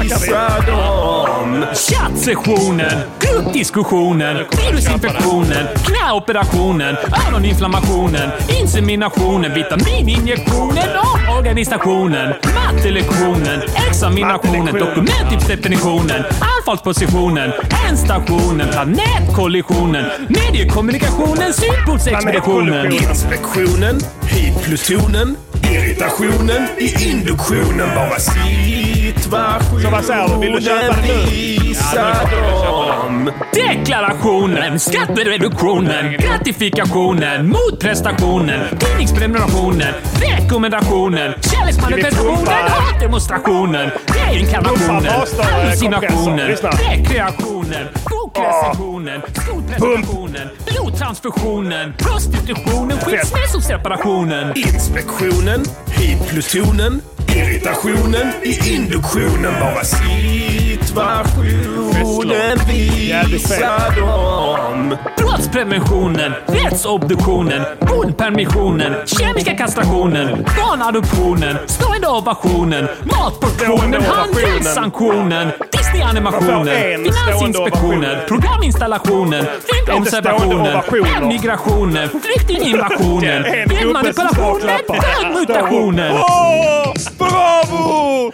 S2: visar dem.
S4: Chattsessionen, gruppdiskussionen, virusinfektionen, knäoperationen, öroninflammationen, inseminationen, vitamininjektionen och organisationen, mattelektionen, examinationen,
S1: Mattelektionen.
S4: dokumenttypsdefinitionen, anfallspositionen, enstationen, planetkollisionen, mediekommunikationen, synportsexpeditionen.
S1: Planetkollision.
S2: Inspektionen, i plutonen, irritationen, i induktionen. Bara sit deklaration.
S1: Så vad säger du? Vill du köpa den nu? Ja, då kan du köpa den.
S4: Deklarationen, skattereduktionen, gratifikationen, motprestationen, tidningsprenumerationen, rekommendationen, kärleksmanifestationen,
S1: Ska vi pumpa?
S4: hatdemonstrationen, reinkarnationen,
S1: Pumpa pasta, eh, kompressorn.
S4: hallucinationen,
S1: Lyssna. Ah.
S4: rekreationen, bokrecensionen, skolprestationen, blodtransfusionen, prostitutionen, skilsmässoseparationen.
S2: Inspektionen, i plutonen, irritationen, i induktionen. Bara situationen visar dem.
S4: Brottspreventionen, rättsobduktionen, bondpermissionen, kemiska kastrationen, barnadoptionen, stående ovationen, matportionen,
S1: Stående ovationen.
S4: handelssanktionen,
S1: Man får en
S4: Disney-animationen,
S1: stående
S4: finansinspektionen,
S1: ovationen.
S4: programinstallationen, rymdobservationen,
S1: stående ovationer.
S4: emigrationen, flyktinginvasionen,
S1: Det är en gubbe som står och
S4: genmanipulationen,
S1: klappar.
S4: drömmutationen.
S1: Åh, bravo!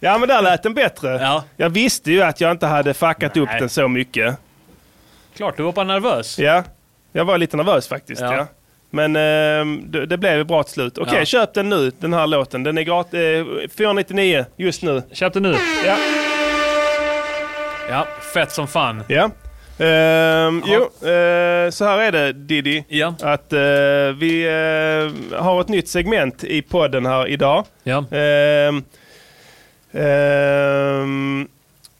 S1: ja, men där lät den bättre. Jag visste ju att jag inte hade fuckat upp
S10: Nej.
S1: den så mycket.
S10: Klart, du var bara nervös.
S1: Ja, jag var lite nervös faktiskt. Ja.
S10: Ja.
S1: Men ehm, det, det blev ju bra till slut. Okej,
S10: Ja.
S1: köp den nu, den här låten. Den är gratis. Eh, 499 just nu.
S10: Köp den nu.
S1: Ja.
S10: Ja, fett som fan.
S1: Ja. Ehm, jo, eh, så här är det Diddy.
S10: Ja.
S1: Att eh, vi eh, har ett nytt segment i podden här idag.
S10: Ja.
S1: Ehm, ehm,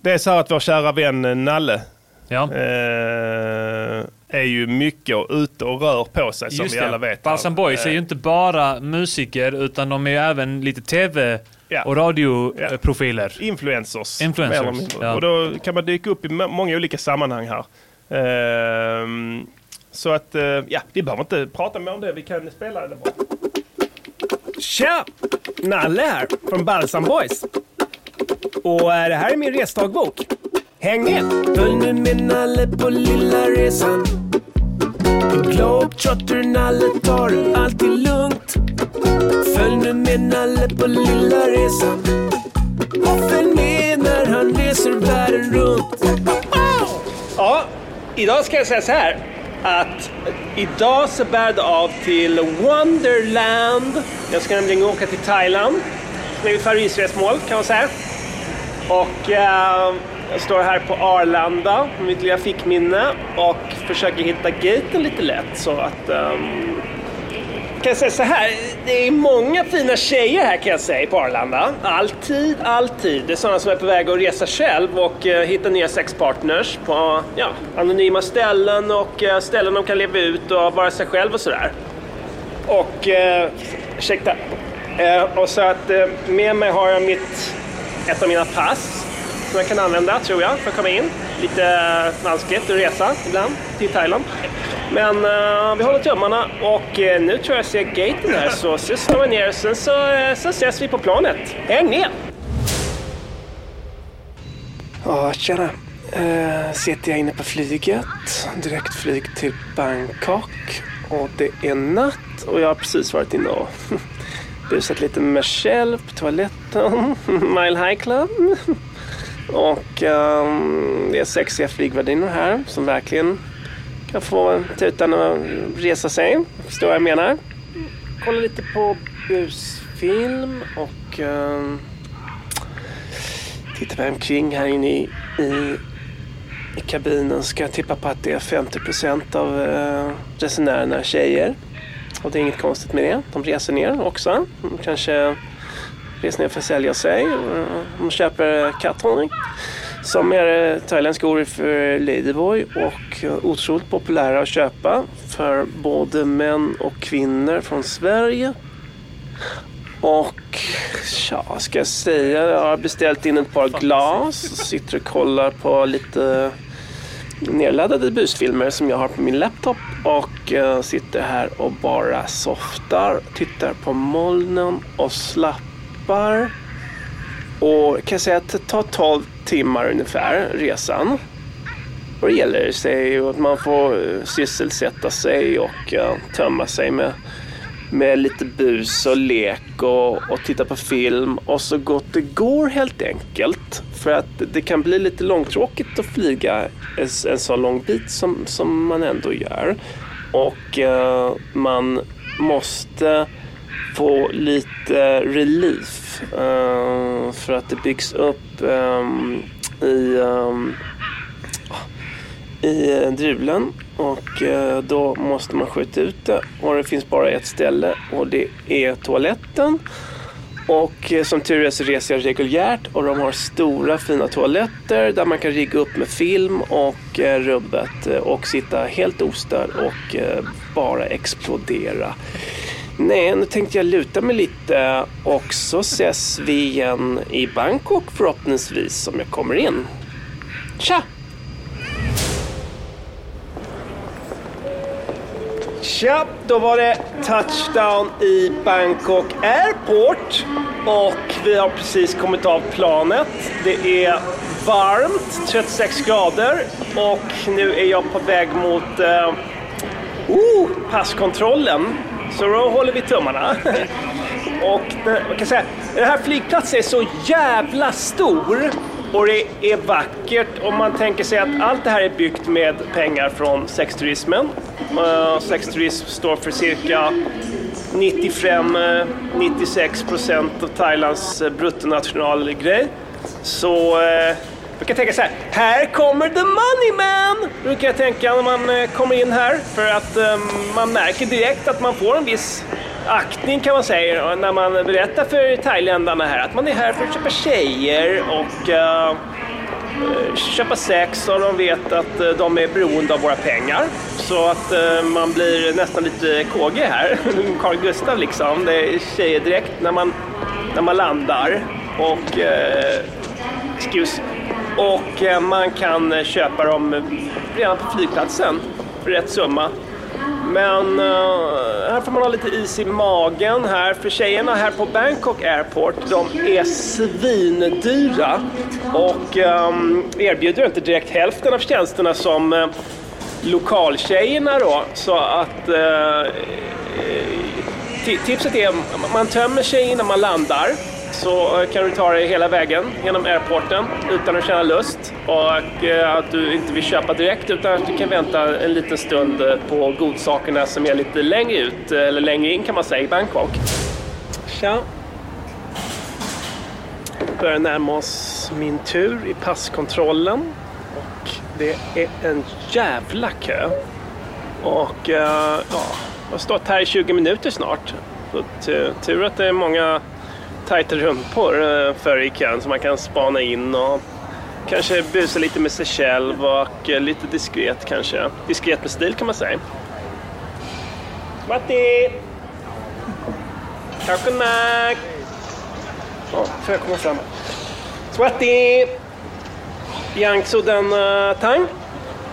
S1: det är så här att vår kära vän eh, Nalle
S10: Ja.
S1: eh, är ju mycket och ute och rör på sig som vi alla vet. eh,
S10: Balsam Boys är ju inte bara musiker utan de är ju även lite tv och radioprofiler.
S1: Influencers.
S10: Influencers,
S1: mer eller mindre.
S10: ja.
S1: Och då kan man dyka upp i ma- många olika sammanhang här. Ehm, så att, eh, ja, vi behöver inte prata mer om det. Vi kan spela det bara.
S9: Tja! Nalle här, från Balsam Boys. Och eh, det här är min resdagbok. Häng med! Följ nu med Nalle på lilla resan. En globetrotter Nalle tar det alltid lugnt. Följ nu med Nalle på lilla resan. Och följ med när han reser världen runt. Ja, idag ska jag säga så här. Att idag så bär det av till Wonderland. Jag ska nämligen åka till Thailand. Det är mitt favoritresmål kan man säga. Och eh, jag står här på Arlanda med mitt lilla fickminne och försöker hitta gaten lite lätt. Så att... ehm, kan jag säga så här, det är många fina tjejer här kan jag säga på Arlanda. Alltid, alltid. Det är sådana som är på väg att resa själv och eh, hitta nya sexpartners på ja, anonyma ställen och eh, ställen de kan leva ut och vara sig själv och sådär. Och, eh, ursäkta. Eh, och så att eh, med mig har jag mitt, ett av mina pass som jag kan använda tror jag för att komma in. Lite vanskligt att resa ibland till Thailand. Men eh, vi håller tummarna och eh, nu tror jag jag ser gaten här så så slår jag ner sen så, eh, så ses vi på planet. Häng med! Ja, tjena. Eh, sitter jag inne på flyget. Direktflyg till Bangkok. Och det är natt och jag har precis varit inne och busat lite med mig själv på toaletten. Mile High Club. Och ehm, det är sexiga flygvärdinnor här som verkligen kan få tutan att resa sig. Förstår vad jag menar? Kolla lite på busfilm och ehm, tittar mig omkring här inne i, i, i kabinen ska jag tippa på att det är 50% av eh, resenärerna är tjejer. Och det är inget konstigt med det. De reser ner också. De kanske reser ner för att sälja sig. Och, eh, De köper katthållning. Som är eh, thailändska ord för ladyboy och eh, otroligt populära att köpa för både män och kvinnor från Sverige. Och ja, vad ska jag säga? Jag har beställt in ett par glas och sitter och kollar på lite nedladdade busfilmer som jag har på min laptop och eh, sitter här och bara softar, tittar på molnen och slappar. Och kan säga att det tar 12 timmar ungefär, resan. Och det gäller sig att man får eh, sysselsätta sig och eh, tömma sig med med lite bus och lek och, och titta på film och så gott det går helt enkelt. För att det kan bli lite långtråkigt att flyga en, en så lång bit som, som man ändå gör. Och eh, man måste
S11: få lite relief. eh, för att det byggs upp ehm, i, ehm, i eh, drulen. Och eh, då måste man skjuta ut det. Och det finns bara ett ställe och det är toaletten. Och eh, som tur är så reser jag reguljärt och de har stora fina toaletter där man kan rigga upp med film och eh, rubbet eh, och sitta helt ostörd och eh, bara explodera. Nej, nu tänkte jag luta mig lite och så ses vi igen i Bangkok förhoppningsvis om jag kommer in. Tja!
S9: Tja, då var det touchdown i Bangkok Airport. Och vi har precis kommit av planet. Det är varmt, 36 grader. Och nu är jag på väg mot eh, oh, passkontrollen. Så då håller vi tummarna. Och den, jag kan säga, den här flygplatsen är så jävla stor och det är vackert om man tänker sig att allt det här är byggt med pengar från sexturismen. Eh, Sexturism står för cirka 95-96 procent av Thailands eh, bruttonationalgrej. Så eh, man kan tänka så här, här kommer the money man! Brukar jag tänka när man eh, kommer in här. För att eh, man märker direkt att man får en viss aktning kan man säga eh, när man berättar för thailändarna här att man är här för att köpa tjejer och eh, eh, köpa sex och de vet att eh, de är beroende av våra pengar. Så att eh, man blir nästan lite KG här. Carl Gustav liksom. Det är tjejer direkt när man, när man landar. Och eh, Excuse. Och eh, man kan eh, köpa dem eh, redan på flygplatsen för rätt summa. Men eh, här får man ha lite is i magen här för tjejerna här på Bangkok Airport de är svindyra och ehm, erbjuder inte direkt hälften av tjänsterna som eh, lokaltjejerna då. Så att eh, Ti- Tipset är att man tömmer sig innan man landar. Så eh, kan du ta dig hela vägen genom airporten utan att känna lust. Och eh, att du inte vill köpa direkt utan att du kan vänta en liten stund eh, på godsakerna som är lite längre ut, eh, eller längre in kan man säga, i Bangkok. Tja! Börjar närma oss min tur i passkontrollen. Och det är en jävla kö. Och eh, ja, jag har stått här i 20 minuter snart. Så tu- tur att det är många tajta rumpor eh, för i kön som man kan spana in och kanske busa lite med sig själv och eh, lite diskret kanske. Diskret med stil kan man säga. Matti! Kakunak! Ja, får jag komma fram? Swati! Yangtzu den eh, tang?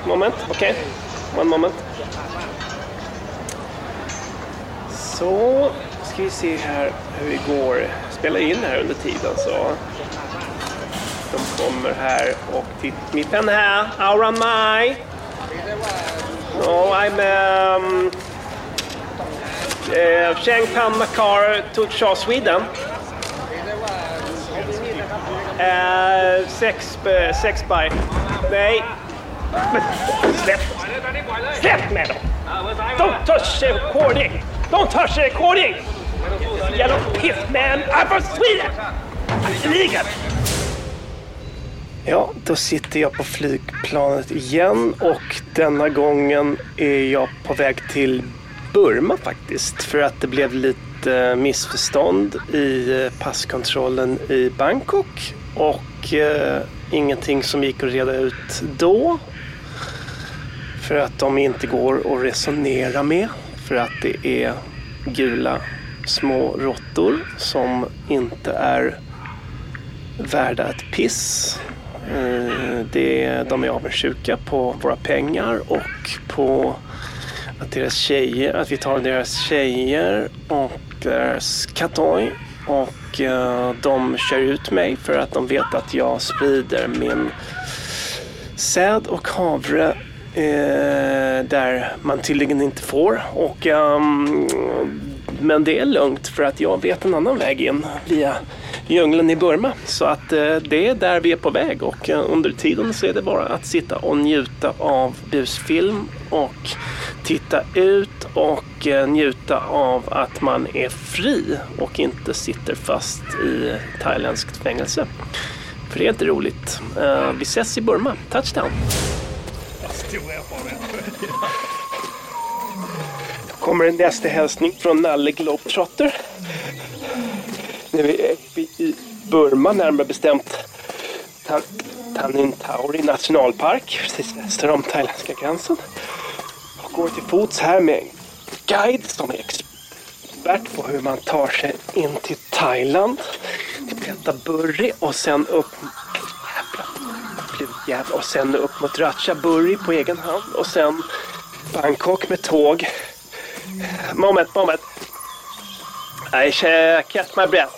S9: Moment, okej. One moment. Så, ska vi se här hur vi går. Spela in här under tiden så. De kommer här och titt, mitten här, Aura Mai. No, I'm um, uh, Cheng Tan Makar Tutsha Sweden. Uh, sex, uh, sex by. Nej. Men släpp Släpp med dem! Don't touch the recording! Don't touch the recording! Jävla piss man! I'm from Sweden! I'm illegal! Ja, då sitter jag på flygplanet igen och denna gången är jag på väg till Burma faktiskt. För att det blev lite eh, missförstånd i eh, passkontrollen i Bangkok och eh, ingenting som gick att reda ut då. För att de inte går att resonera med. För att det är gula små råttor som inte är värda ett piss. Eh, Det, de är avundsjuka på våra pengar och på att, deras tjejer, att vi tar deras tjejer och deras katoj. Och eh, de kör ut mig för att de vet att jag sprider min säd och havre eh, där man tydligen inte får. Och, ehm, men det är lugnt för att jag vet en annan väg in via djungeln i Burma. Så att eh, det är där vi är på väg och eh, under tiden så är det bara att sitta och njuta av busfilm och titta ut och eh, njuta av att man är fri och inte sitter fast i thailändskt fängelse. För det är inte roligt. Eh, Vi ses i Burma. Touchdown! kommer en nästa hälsning från Nalle Globetrotter. Nu är vi i Burma, närmare bestämt Tan- Tanin Tauri nationalpark, precis väster om thailändska gränsen. Jag går till fots här med en guide som är expert på hur man tar sig in till Thailand, till Phetchaburi och sen upp Jävlar, och sen upp mot Ratchaburi på egen hand och sen Bangkok med tåg Moment, moment. I shall catch my breath.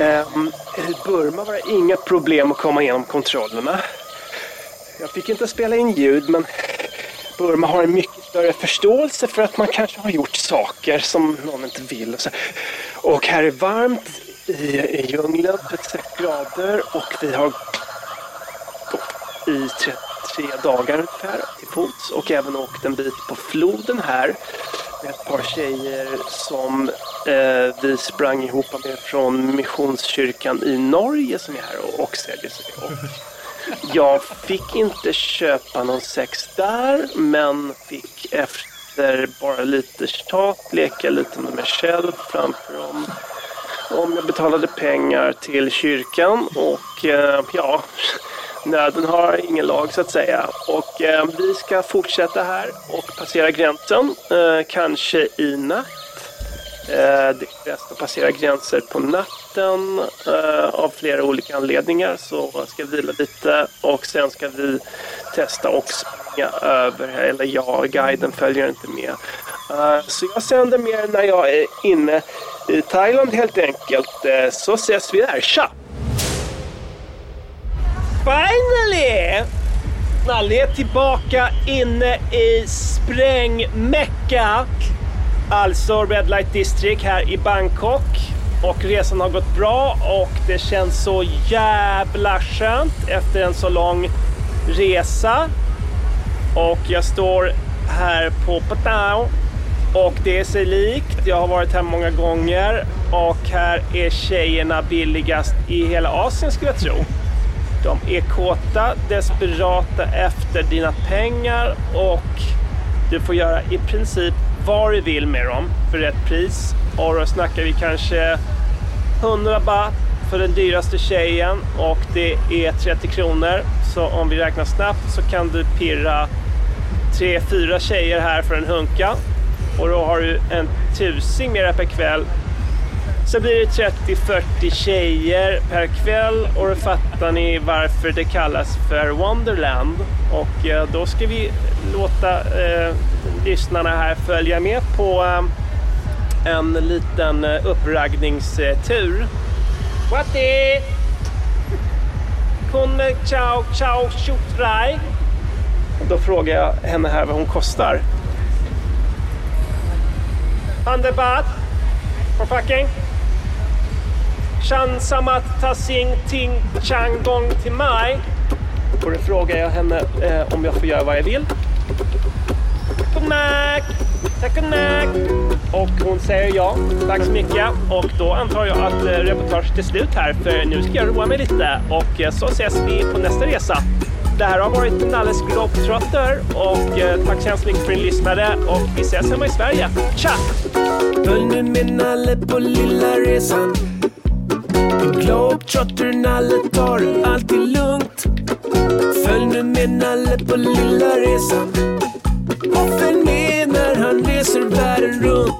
S9: Ehm, I Burma var det inga problem att komma igenom kontrollerna. Jag fick inte spela in ljud, men Burma har en mycket större förståelse för att man kanske har gjort saker som någon inte vill. Och, så. och här är varmt i, i djungeln, 36 grader, och vi har gått i tre, tre dagar ungefär till fots och även åkt en bit på floden här med ett par tjejer som eh, vi sprang ihop med från Missionskyrkan i Norge som är här och, och säljer sig. Och jag fick inte köpa någon sex där, men fick efter bara lite tjat leka lite med mig själv framför dem. Om jag betalade pengar till kyrkan och eh, ja, nöden har ingen lag så att säga. Och eh, vi ska fortsätta här och passera gränsen, eh, kanske i natt. Eh, Det krävs att passera gränser på natten eh, av flera olika anledningar. Så ska vi vila lite och sen ska vi testa och springa över. Eller jag, guiden följer inte med. Eh, Så jag sänder mer när jag är inne i Thailand helt enkelt. Eh, Så ses vi där. Tja! Finally! Nalle är tillbaka inne i sprängmecka. Alltså Red Light District här i Bangkok. Och resan har gått bra och det känns så jävla skönt efter en så lång resa. Och jag står här på Patao och det är sig likt. Jag har varit här många gånger och här är tjejerna billigast i hela Asien skulle jag tro. De är kåta, desperata efter dina pengar och du får göra i princip vad du vill med dem för rätt pris. Och då snackar vi kanske 100 baht för den dyraste tjejen och det är 30 kronor. Så om vi räknar snabbt så kan du pirra tre, fyra tjejer här för en hunka. Och då har du en tusing mera per kväll. Så blir det 30-40 tjejer per kväll och då fattar ni varför det kallas för Wonderland. Och eh, då ska vi låta eh, lyssnarna här följa med på eh, en liten eh, uppraggningstur. Watti! Kun eh, chao chao chutrai. Då frågar jag henne här vad hon kostar. Handebat. For fucking. Chan samat tasing ting chang gong till mig. Och då frågar jag henne eh, om jag får göra vad jag vill. Takunak, takunak. Och hon säger ja. Tack så mycket. Och då antar jag att eh, reportaget är slut här för nu ska jag roa mig lite och eh, så ses vi på nästa resa. Det här har varit Nalles Globetrotter och eh, tack så hemskt mycket för att ni lyssnade och vi ses hemma i Sverige. Tja!
S4: Följ nu med Nalle på lilla resan. Globetrotter Nalle tar det alltid lugnt. Följ nu med Nalle på lilla resan. Och följ med när han reser världen runt.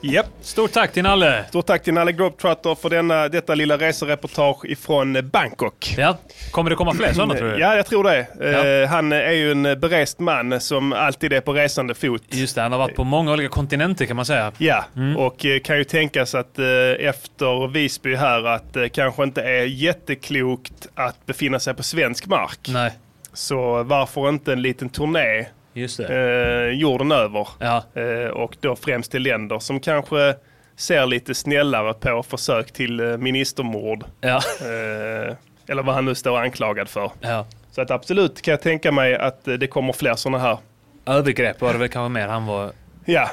S1: Japp. Stort tack till Nalle. Stort tack till Nalle Globetrotter för denna, detta lilla resereportage ifrån Bangkok. Ja.
S12: Kommer det komma fler sådana tror du?
S1: Ja, jag tror det. Eh, Han är ju en berest man som alltid är på resande fot.
S12: Just det, han har varit på många olika kontinenter kan man säga.
S1: Ja,
S12: Mm.
S1: och eh, kan ju tänkas att eh, efter Visby här att det kanske inte är jätteklokt att befinna sig på svensk mark.
S12: Nej.
S1: Så varför inte en liten turné
S12: Just det.
S1: eh, jorden över? Eh, och då främst till länder som kanske ser lite snällare på försök till eh, ministermord. Eh, eller vad han nu står anklagad för.
S10: Ja.
S1: Så att absolut kan jag tänka mig att eh, det kommer fler sådana här.
S10: Övergrepp var det väl kanske mer han var...
S1: Ja,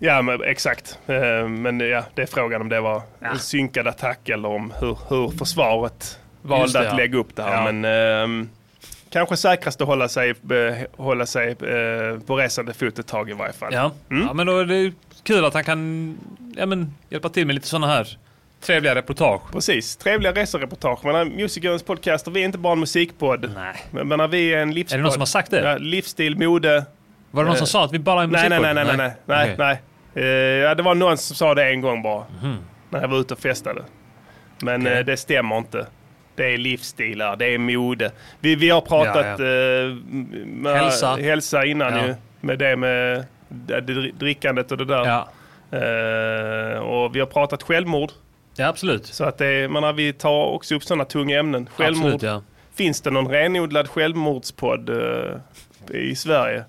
S10: ja.
S1: men, exakt. Eh, Men ja, det är frågan om det var en synkad attack eller om hur, hur försvaret valde
S10: Just det,
S1: att
S10: ja.
S1: lägga upp det här.
S10: Ja.
S1: Men, ehm, kanske säkrast att hålla sig, eh, hålla sig eh, på resande fot ett tag i varje fall.
S10: Ja. ja, men då är det kul att han kan ja, men, hjälpa till med lite sådana här trevliga reportage.
S1: Precis, trevliga resereportage. Men Musikerns podcaster, vi är inte bara en musikpodd.
S10: Nej.
S1: Men, men vi är en livspodd.
S10: Är det någon som har sagt det?
S1: Ja, livsstil, mode.
S10: Var det någon
S1: Eh,
S10: som sa att vi bara är en
S1: nej, nej, nej,
S10: musikpodd?
S1: nej, nej, nej, nej.
S10: Okej.
S1: Eh, ja, det var någon som sa det en gång bara.
S10: Mhm.
S1: När jag var ute och festade. Men
S10: Okej.
S1: eh, det stämmer inte. Det är livsstilar, det är mode. Vi, vi har pratat
S10: Ja,
S1: eh, m- med,
S10: Hälsa.
S1: hälsa innan
S10: Ja.
S1: ju. Med det med det- det drickandet och det där. Eh, och vi har pratat självmord.
S10: Ja, absolut.
S1: Så att det, är- man, har- vi tar också upp sådana tunga ämnen. Självmord.
S10: Absolut, ja.
S1: Finns det någon renodlad självmordspodd eh, i Sverige?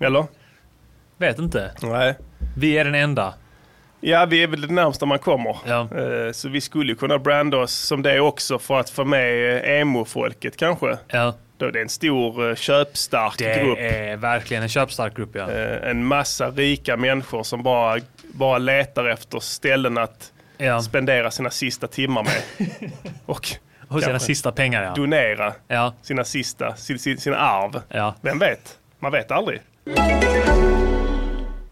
S1: Eller?
S10: Vet inte.
S1: Nej.
S10: Vi är den enda.
S1: Ja, vi är väl det närmsta man kommer. Eh, Så vi skulle ju kunna branda oss som det också för att få med eh, emo-folket kanske.
S10: Ja.
S1: Då det är en stor eh, köpstark
S10: Det
S1: grupp.
S10: är verkligen en köpstark grupp, ja.
S1: Eh, En massa rika människor som bara, bara letar efter ställen att
S10: Ja.
S1: spendera sina sista timmar med. Och,
S10: Och sina
S1: kanske
S10: sista pengar, ja.
S1: Donera
S10: Ja.
S1: sina sista, sin, sin, sina arv.
S10: Ja.
S1: Vem vet? Man vet aldrig.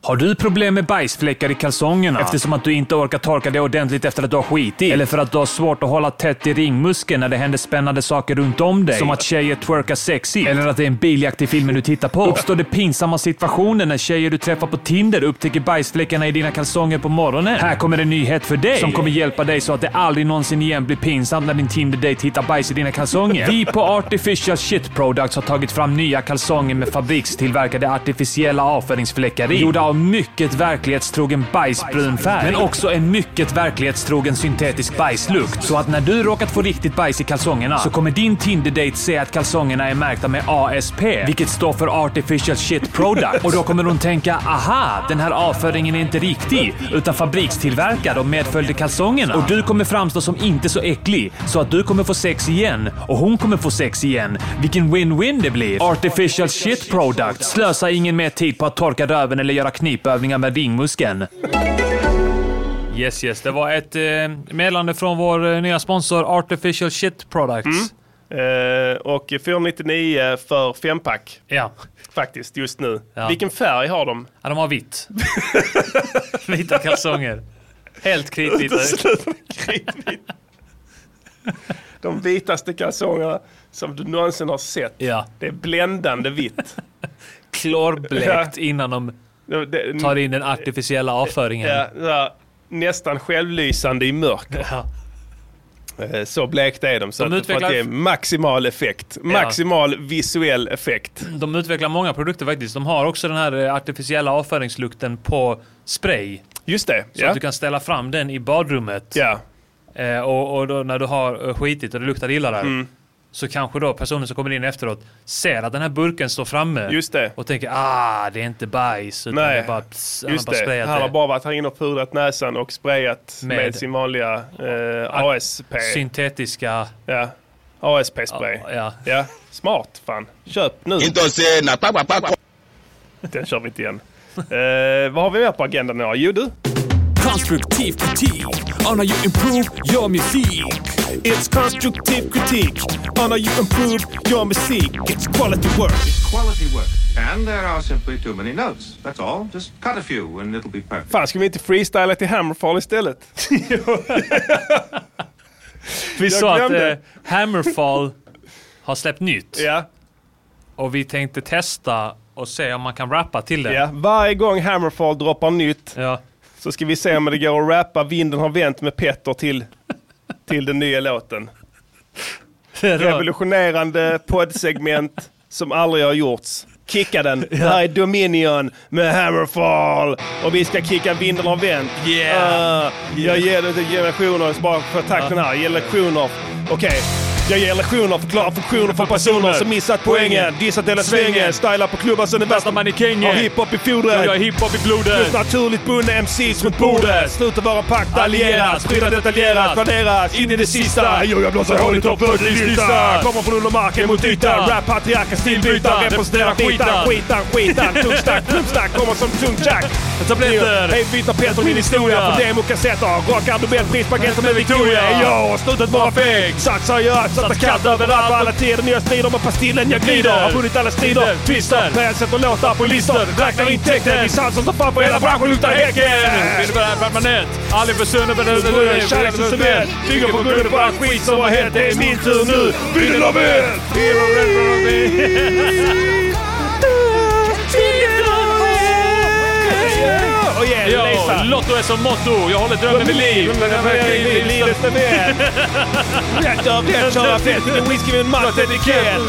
S4: Har du problem med bajsfläckar i kalsongerna? Eftersom att du inte orkar torka det ordentligt efter att du har skitit? Eller för att du har svårt att hålla tätt i ringmuskeln när det händer spännande saker runt om dig? Som att tjejer twerkar sexigt? Eller att det är en biljakt i filmen du tittar på? Uppstår det pinsamma situationer när tjejer du träffar på Tinder upptäcker bajsfläckarna i dina kalsonger på morgonen? Här kommer en nyhet för dig! Som kommer hjälpa dig så att det aldrig någonsin igen blir pinsamt när din Tinder-date hittar bajs i dina kalsonger. Vi på Artificial Shit Products har tagit fram nya kalsonger med fabrikstillverkade artificiella avföringsfläckar i. Gjorda av mycket verklighetstrogen bajsbrun färg. Men också en mycket verklighetstrogen syntetisk bajslukt. Så att när du råkat få riktigt bajs i kalsongerna så kommer din Tinder-date se att kalsongerna är märkta med ASP. Vilket står för Artificial Shit Products. Och då kommer hon tänka aha, den här avföringen är inte riktig utan fabrikstillverkad och medföljde kalsongerna. Och du kommer framstå som inte så äcklig så att du kommer få sex igen och hon kommer få sex igen. Vilken win-win det blir! Artificial Shit Product. Slösa ingen mer tid på att torka röven eller göra knipövningar med ringmuskeln.
S10: Yes, yes. Det var ett eh, meddelande från vår eh, nya sponsor Artificial Shit Products.
S1: Eh, och 499 för fempack.
S10: Ja.
S1: Faktiskt, just nu.
S10: Ja.
S1: Vilken färg har de?
S10: Ja, de har vitt. Vita kalsonger. Helt kritvitt.
S1: De vitaste kalsongerna som du någonsin har sett.
S10: Ja.
S1: Det är bländande vitt.
S10: Klorblekt innan de tar in den artificiella avföringen.
S1: Ja, ja, nästan självlysande i mörker. Eh, Så blekt är de. Så
S10: De
S1: att för
S10: utvecklar-
S1: att ge maximal effekt. Maximal visuell effekt.
S10: De utvecklar många produkter faktiskt. De har också den här eh, artificiella avföringslukten på spray.
S1: Just det.
S10: Så
S1: ja.
S10: att du kan ställa fram den i badrummet.
S1: Ja.
S10: Eh, och och då, när du har eh, skitit och det luktar illa där.
S1: Mm.
S10: Så kanske då personen som kommer in efteråt ser att den här burken står framme.
S1: Just det.
S10: Och tänker ah, det är inte bajs. Utan
S1: Nej,
S10: det är bara, pss, han har
S1: Just
S10: bara
S1: det.
S10: sprayat
S1: Han har
S10: det.
S1: bara varit här inne och pudrat näsan och sprayat med,
S10: Med-
S1: sin vanliga eh, ASP.
S10: Syntetiska...
S1: Ja. ASP-spray.
S10: Ja.
S1: ja. Smart fan. Köp nu.
S13: Entonces, na, pa, pa, pa, pa.
S1: Den kör vi inte igen. Eh, vad har vi mer på agendan idag? Jo du.
S14: Konstruktiv kritik on how you improve your music.
S3: It's constructive critique on how you improve your music. It's quality work.
S15: Quality work. And there are simply too many notes. That's all. Just cut a few and it'll be perfect.
S1: Fan, ska vi inte freestyla till Hammerfall istället?
S10: Vi
S1: Jag
S10: sa att
S1: glömde.
S10: eh, Hammerfall har släppt nytt.
S1: Ja.
S10: Och vi tänkte testa och se om man kan rappa till det.
S1: Ja, varje gång Hammerfall droppar nytt så ska vi se om det går att rappa Vinden har vänt med Petter till, till den nya låten. Revolutionerande poddsegment som aldrig har gjorts. Kicka den! Här är Dominion med Hammerfall! Och vi ska kicka Vinden har vänt.
S3: Yeah.
S1: Ah, jag ger det till generationer, bara för takten här. Generationer. Okej. Jag ger lektioner, förklarar funktioner för personer som missat poängen. Dissat hela svängen. Stylar på klubbar som den värsta mannekäng. Har hiphop i
S4: Ja,
S1: fodret.
S4: jag är hiphop i blodet.
S1: Plus naturligt bundna MCs runt bordet. Sluta vara pakt, allieras. Sprida detaljerat, planeras. In i det sista. Jo, jag blåser hål i topp 40-listan. Kommer från under marken mot ytan. Rap, patriarka, stilbyta. Representerar skitan, skitan, skitan. Tungstark, klumpstark. Kommer som tungjack. Tabletter. Hej, vita Peter, min historia. På demokassetter. Rockar, nobelpris, baguetter med Victoria. Jag har slutat vara feg. Sagt seriöst, satt och katt överallt. på Alla tider när jag strider med pastillen jag glider. Har vunnit alla strider. Twister. När jag sätter låtar på listor. Räknar intäkter. I sans som tar fan på hela branschen. Luktar häcken.
S4: Vill du vara permanent? Aldrig försvunnen på den
S1: Kärleken som är Bygger på grunden på all skit som har hänt. Det är min tur nu. Vill av er!
S4: Ja, Lotto är som motto. Jag håller drömmen vid liv.
S1: Livet är väl. Rätt av rätt, köra fett. Ingen whisky med en matt etikett.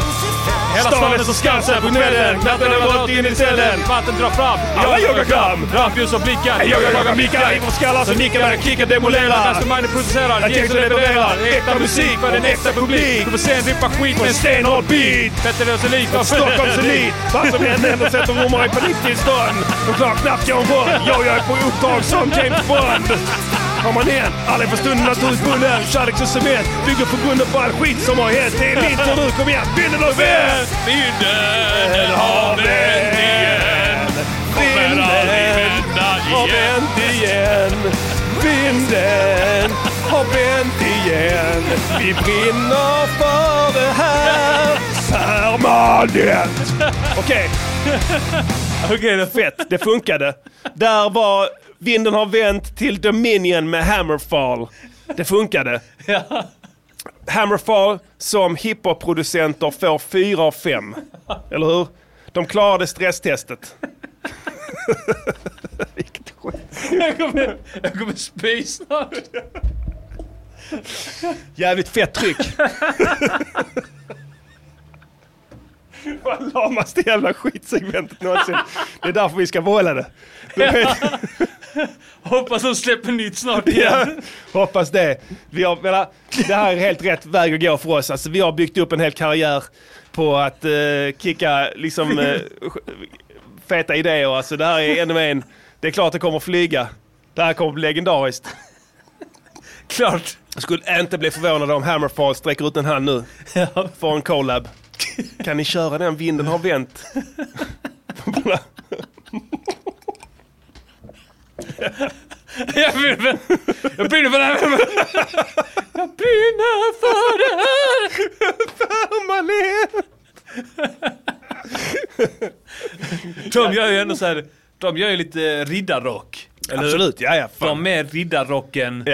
S4: Hela staden är som Skansen på kvällen. Natten har gått in i cellen. Vatten drar fram.
S1: Alla joggar fram.
S4: Rampljus och blickar.
S1: Jag joggar, joggar, mickar. Inför skallar som nickar när kickar demolerar.
S4: Masterminden producerar.
S1: Att
S4: Jason
S1: Jason
S4: levererar.
S1: levererar.
S4: Äkta musik för den äkta publik. Du får se en rippa skit med en stenhård beat. Vätterlös elit.
S1: Stockholms elit. Vad som än händer sätter romarna i paniktillstånd. De klarar knappt John Bond. Jag, jag är på uppdrag som James Bond. Kom man igen, aldrig för stunden naturligt bunden. Kärlek som cement. Bygger på grunden på all skit som har hänt. Det är min tur nu, kom igen. Vinden har vänt.
S4: Vinden har vänt igen.
S1: Vinden har vänt igen. Vinden har vänt igen. Vi brinner för det här. Permanent. Okej. Okej, det är fett. Det funkade. Där var Vinden har vänt till Dominion med Hammerfall. Det funkade. Hammerfall som hiphop-producenter får 4 av 5. Eller hur? De klarade stresstestet.
S4: Jag kommer, jag kommer spy snart.
S1: Jävligt fett tryck. Vad lamaste jävla skitsegmentet någonsin. Det är därför vi ska behålla det. Du vet,
S4: Hoppas de släpper nytt snart
S1: ja,
S4: igen.
S1: hoppas det. Vi har, menar, det här är helt rätt väg att gå för oss. Alltså, vi har byggt upp en hel karriär på att eh, kicka liksom, eh, feta idéer. Alltså, det här är ännu en. Det är klart det kommer flyga. Det här kommer bli legendariskt. Klart. Jag skulle inte bli förvånad om Hammerfall sträcker ut en hand nu. För en collab. Kan ni köra den? Vinden har vänt.
S4: Jag brinner för Jag brinner för det här. Jag brinner för det här.
S1: Permanent.
S4: De gör ju ändå så här. De gör ju lite riddarrock. Eller hur?
S1: Absolut, ja ja.
S4: De är riddarrocken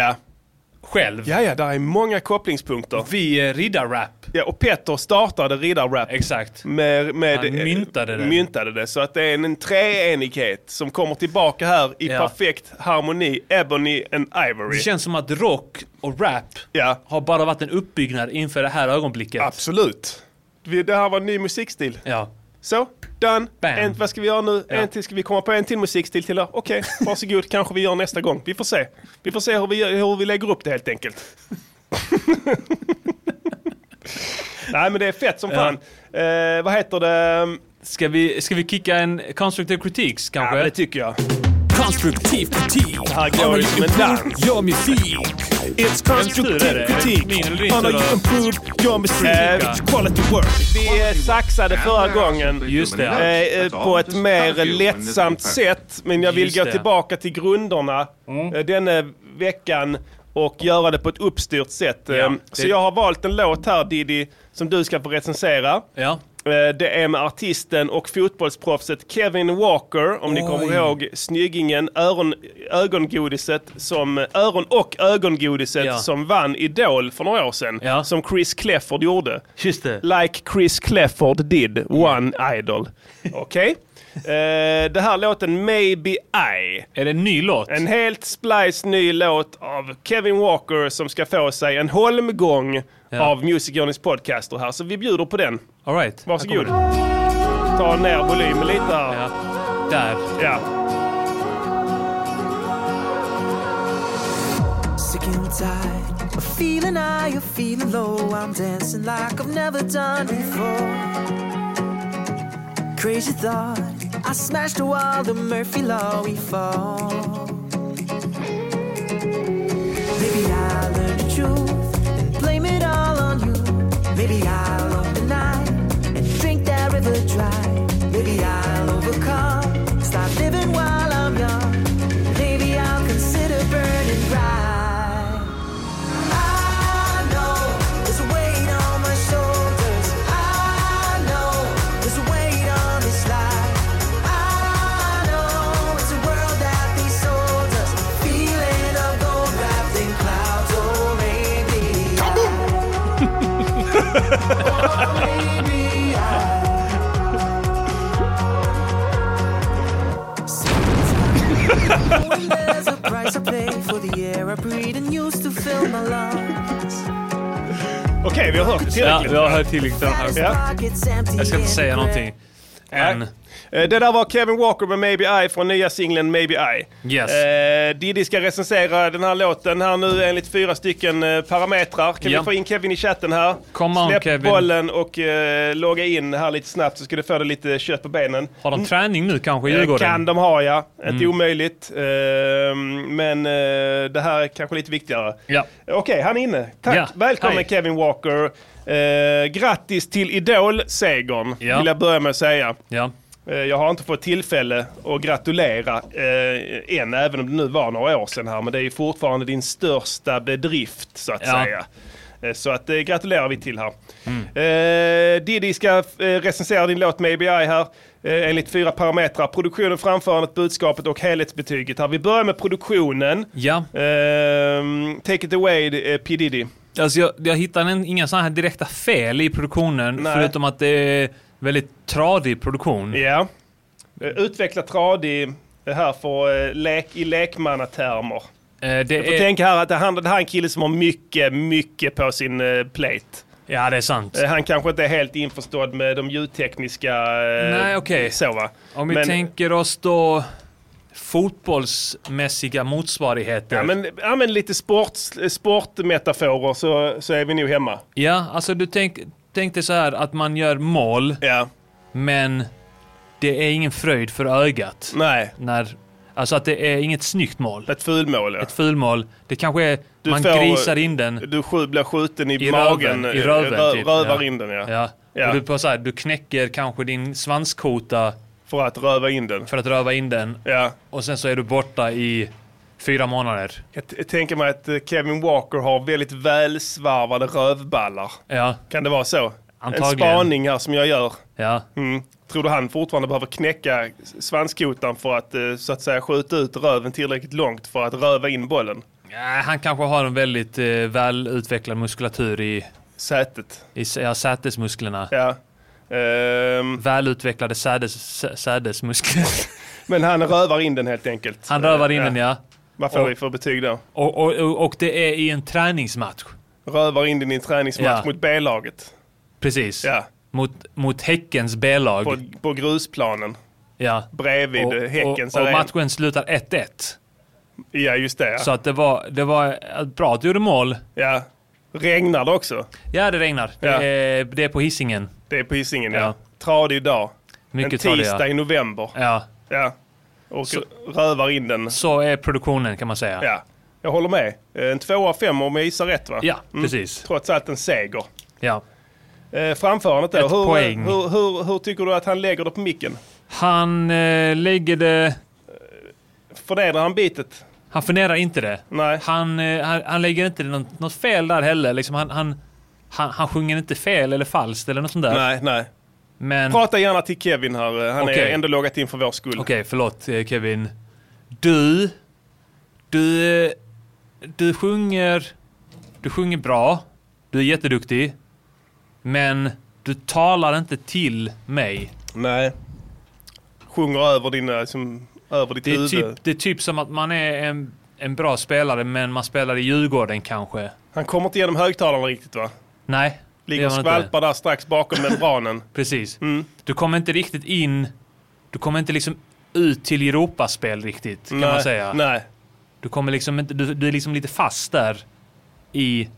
S4: själv.
S1: Ja, ja, där är många kopplingspunkter.
S4: Vi är riddarrap.
S1: Ja, och Petter startade riddarrap.
S4: Exakt.
S1: Med, med,
S4: Han myntade det.
S1: myntade det. Så att det är en, en treenighet som kommer tillbaka här i
S4: Ja.
S1: perfekt harmoni. Ebony and Ivory.
S4: Det känns som att rock och rap har bara varit en uppbyggnad inför det här ögonblicket.
S1: Absolut. Vi- Det här var en ny musikstil.
S4: Ja.
S1: Så, done.
S4: Bam.
S1: En, vad ska vi göra nu? En till, ska vi komma på en till musikstil till er? Okej, varsågod. Kanske vi gör nästa gång. Vi får se. Vi får se hur vi, gör- hur vi lägger upp det helt enkelt. Nej men det är fett som fan. Eh, vad heter det?
S4: Ska vi, ska vi kicka en constructive critiques kanske? Ja, det
S1: tycker jag.
S4: Constructive critique. Det här
S1: går ju som en dans.
S4: Gör musik.
S1: It's
S4: constructive Min eller din tur är det?
S1: Eh, quality work. Vi eh, saxade förra gången
S4: Just det.
S1: eh, eh, på ett mer lättsamt sätt. Men jag vill
S4: Just
S1: gå
S4: det.
S1: tillbaka till grunderna mm. denna veckan och göra det på ett uppstyrt sätt. Eh, Så
S4: det-
S1: jag har valt en låt här Diddy som du ska få recensera.
S4: Ja.
S1: Eh, Det är med artisten och fotbollsproffset Kevin Walker, om ni
S4: Oj.
S1: kommer ihåg snyggingen, öron, ögongodiset som, öron och ögongodiset
S4: Ja.
S1: som vann Idol för några år sedan. Som Chris Clefford gjorde.
S4: Just det.
S1: Like Chris Clefford did, One Idol. Okej? Eh, det här låten Maybe I.
S4: Är det en ny låt?
S1: En helt splice ny låt av Kevin Walker som ska få sig en holmgång av Music Journeys podcaster här. Så vi bjuder på den.
S4: All right.
S1: Varsågod. Ta ner volymen lite här. Ja.
S4: Där.
S1: Ja.
S13: Sick and tired A feeling high, a feeling low. I'm dancing like I've never done before. Crazy thought, I smashed a wall, the Murphy law, we fall. Maybe I learned the truth and blame it all on you. Maybe I'll open eye and drink that river dry. Maybe I'll overcome, stop living while I'm young. Maybe I'll consider burning bright. I know there's a weight on my shoulders. I know there's a weight on this life. I know it's a world that they sold us. Feeling of gold wrapped in clouds. Oh, maybe I- Oh, maybe I- Knowing there's a price I pay for the air I breathe and used to fill my lungs.
S1: Okej, vi har hört tillräckligt.
S4: Ja, vi har hört tillräckligt.
S1: Ja.
S4: Jag ska liksom- inte säga någonting. Än.
S1: Eh, Det där var Kevin Walker med Maybe I från nya singeln Maybe I.
S4: Yes.
S1: Eh, Diddy ska recensera den här låten här nu enligt fyra stycken eh, parametrar. Kan
S4: Ja.
S1: vi få in Kevin i chatten här?
S4: Come on,
S1: Släpp
S4: Kevin.
S1: bollen och eh, logga in här lite snabbt så ska du få dig lite kött på benen.
S4: Har de träning nu kanske,
S1: Eh,
S4: Djurgården?
S1: Kan de ha ja, inte
S4: Mm.
S1: omöjligt. Eh, Men eh, det här är kanske lite viktigare.
S4: Ja.
S1: Okej, han är inne. Tack.
S4: Ja,
S1: Välkommen
S4: hej.
S1: Kevin Walker. Eh, grattis till Idol-segern,
S4: Ja.
S1: vill jag börja med att säga.
S4: Ja.
S1: Eh, jag har inte fått tillfälle att gratulera eh, än, även om det nu var några år sedan här. Men det är ju fortfarande din största bedrift, så att
S4: Ja.
S1: säga. Eh, Så att det gratulerar vi till här. Eh, Diddy ska eh, recensera din låt med ABI här eh, enligt fyra parametrar. Produktionen, framförandet, budskapet och helhetsbetyget. Här. Vi börjar med produktionen.
S4: Ja.
S1: Ehm, take it away, eh, P Diddy.
S4: Alltså jag, jag hittar en, inga sådana här direkta fel i produktionen,
S1: Nej.
S4: förutom att det är väldigt tradig produktion.
S1: Ja. Eh, Utveckla tradig eh, här för, eh, lek, i lekmannatermer.
S4: Eh, det
S1: Jag får
S4: är-
S1: tänka här att det, handlar, det här är en kille som har mycket, mycket på sin eh, plate.
S4: Ja, det är sant.
S1: Eh, han kanske inte är helt införstådd med de ljudtekniska... eh,
S4: Nej, okej.
S1: Så va?
S4: Om vi
S1: Men-
S4: tänker oss då fotbollsmässiga motsvarigheter.
S1: Ja, men, ja, men lite sport, sportmetaforer så, så är vi nog hemma.
S4: Ja, alltså du tänk, tänk dig så här att man gör mål, men det är ingen fröjd för ögat.
S1: Nej.
S4: När, alltså att det är inget snyggt mål.
S1: Ett fulmål, ja.
S4: Ett fulmål. Det kanske är,
S1: Du
S4: man
S1: får-
S4: grisar in den.
S1: Du skj- blir skjuten i,
S4: i
S1: magen.
S4: Röven, i
S1: eh,
S4: röven,
S1: rö-
S4: typ.
S1: Rövar in den ja.
S4: ja.
S1: Ja.
S4: Och du, på så här, du knäcker kanske din svanskota.
S1: För att röva in den.
S4: För att röva in den.
S1: Ja.
S4: Och sen så är du borta i fyra månader.
S1: Jag, t- jag tänker mig att eh, Kevin Walker har väldigt välsvarvade rövballar.
S4: Ja.
S1: Kan det vara så? En
S4: Antagligen.
S1: spaning här som jag gör.
S4: Ja.
S1: Mm. Tror du han fortfarande behöver knäcka s- svanskotan för att eh, så att säga skjuta ut röven tillräckligt långt för att röva in bollen?
S4: Nej, han kanske har en väldigt eh, välutvecklad muskulatur i...
S1: Sätet.
S4: I, s- ja, sätesmusklerna.
S1: Ja. Ehm,
S4: Välutvecklade sädes, sä- sädesmuskler.
S1: Men han rövar in den helt enkelt.
S4: Han rövar in
S1: Eh,
S4: den, ja.
S1: Vad får
S4: Och-
S1: vi för betyg då?
S4: Och, och, och, och det är i en träningsmatch.
S1: Rövar in den i en träningsmatch
S4: Ja.
S1: mot B-laget.
S4: Precis.
S1: Ja.
S4: Mot, mot Häckens B-lag.
S1: På, på grusplanen.
S4: ja.
S1: Bredvid eh, Häckens
S4: och, och, och
S1: arena.
S4: matchen slutar 1-1.
S1: Ja, just det. Ja.
S4: Så att det var, det var eh, bra att du gjorde mål.
S1: ja. Regnar det också?
S4: Ja, det regnar.
S1: Ja.
S4: Det, är, det är på hissingen.
S1: Det är på Hisingen, ja.
S4: Ja.
S1: Tradig dag.
S4: Mycket
S1: en
S4: tradig, ja.
S1: tisdag i november.
S4: Ja.
S1: ja. Och rövar in den.
S4: Så är produktionen kan man säga.
S1: Ja. Jag håller med. Eh, En tvåa av fem om jag gissar rätt va? Mm.
S4: Ja, precis.
S1: Trots allt en seger.
S4: Ja.
S1: Eh, framförandet då.
S4: Ett
S1: hur,
S4: poäng.
S1: Hur, hur, hur tycker du att han lägger det på micken?
S4: Han eh, lägger det...
S1: Förnedrar han bitet?
S4: Han förnedrar inte det.
S1: Nej.
S4: Han, eh, han, han lägger inte något, något fel där heller. Liksom han, han, han, han sjunger inte fel eller falskt eller något sånt där.
S1: Nej, nej.
S4: Men...
S1: Prata gärna till Kevin här. eh, Han är
S4: Okej.
S1: ändå loggat in för vår skull.
S4: Okej, förlåt eh, Kevin. Du... Du... eh, Du sjunger... Du sjunger bra. Du är jätteduktig. Men du talar inte till mig.
S1: Nej. Sjunger över, dina, som, över ditt
S4: Det är,
S1: huvud.
S4: typ, det är typ som att man är en, en bra spelare, men man spelar i Djurgården kanske.
S1: Han kommer inte igenom högtalarna riktigt va?
S4: Nej, det
S1: Ligger
S4: gör
S1: och
S4: man inte.
S1: skvalpar där strax bakom membranen.
S4: Precis.
S1: Mm.
S4: Du kommer inte riktigt in... Du kommer inte liksom ut till Europaspel riktigt, kan
S1: Nej,
S4: man säga.
S1: nej.
S4: Du kommer liksom inte... Du, du är liksom lite fast där i,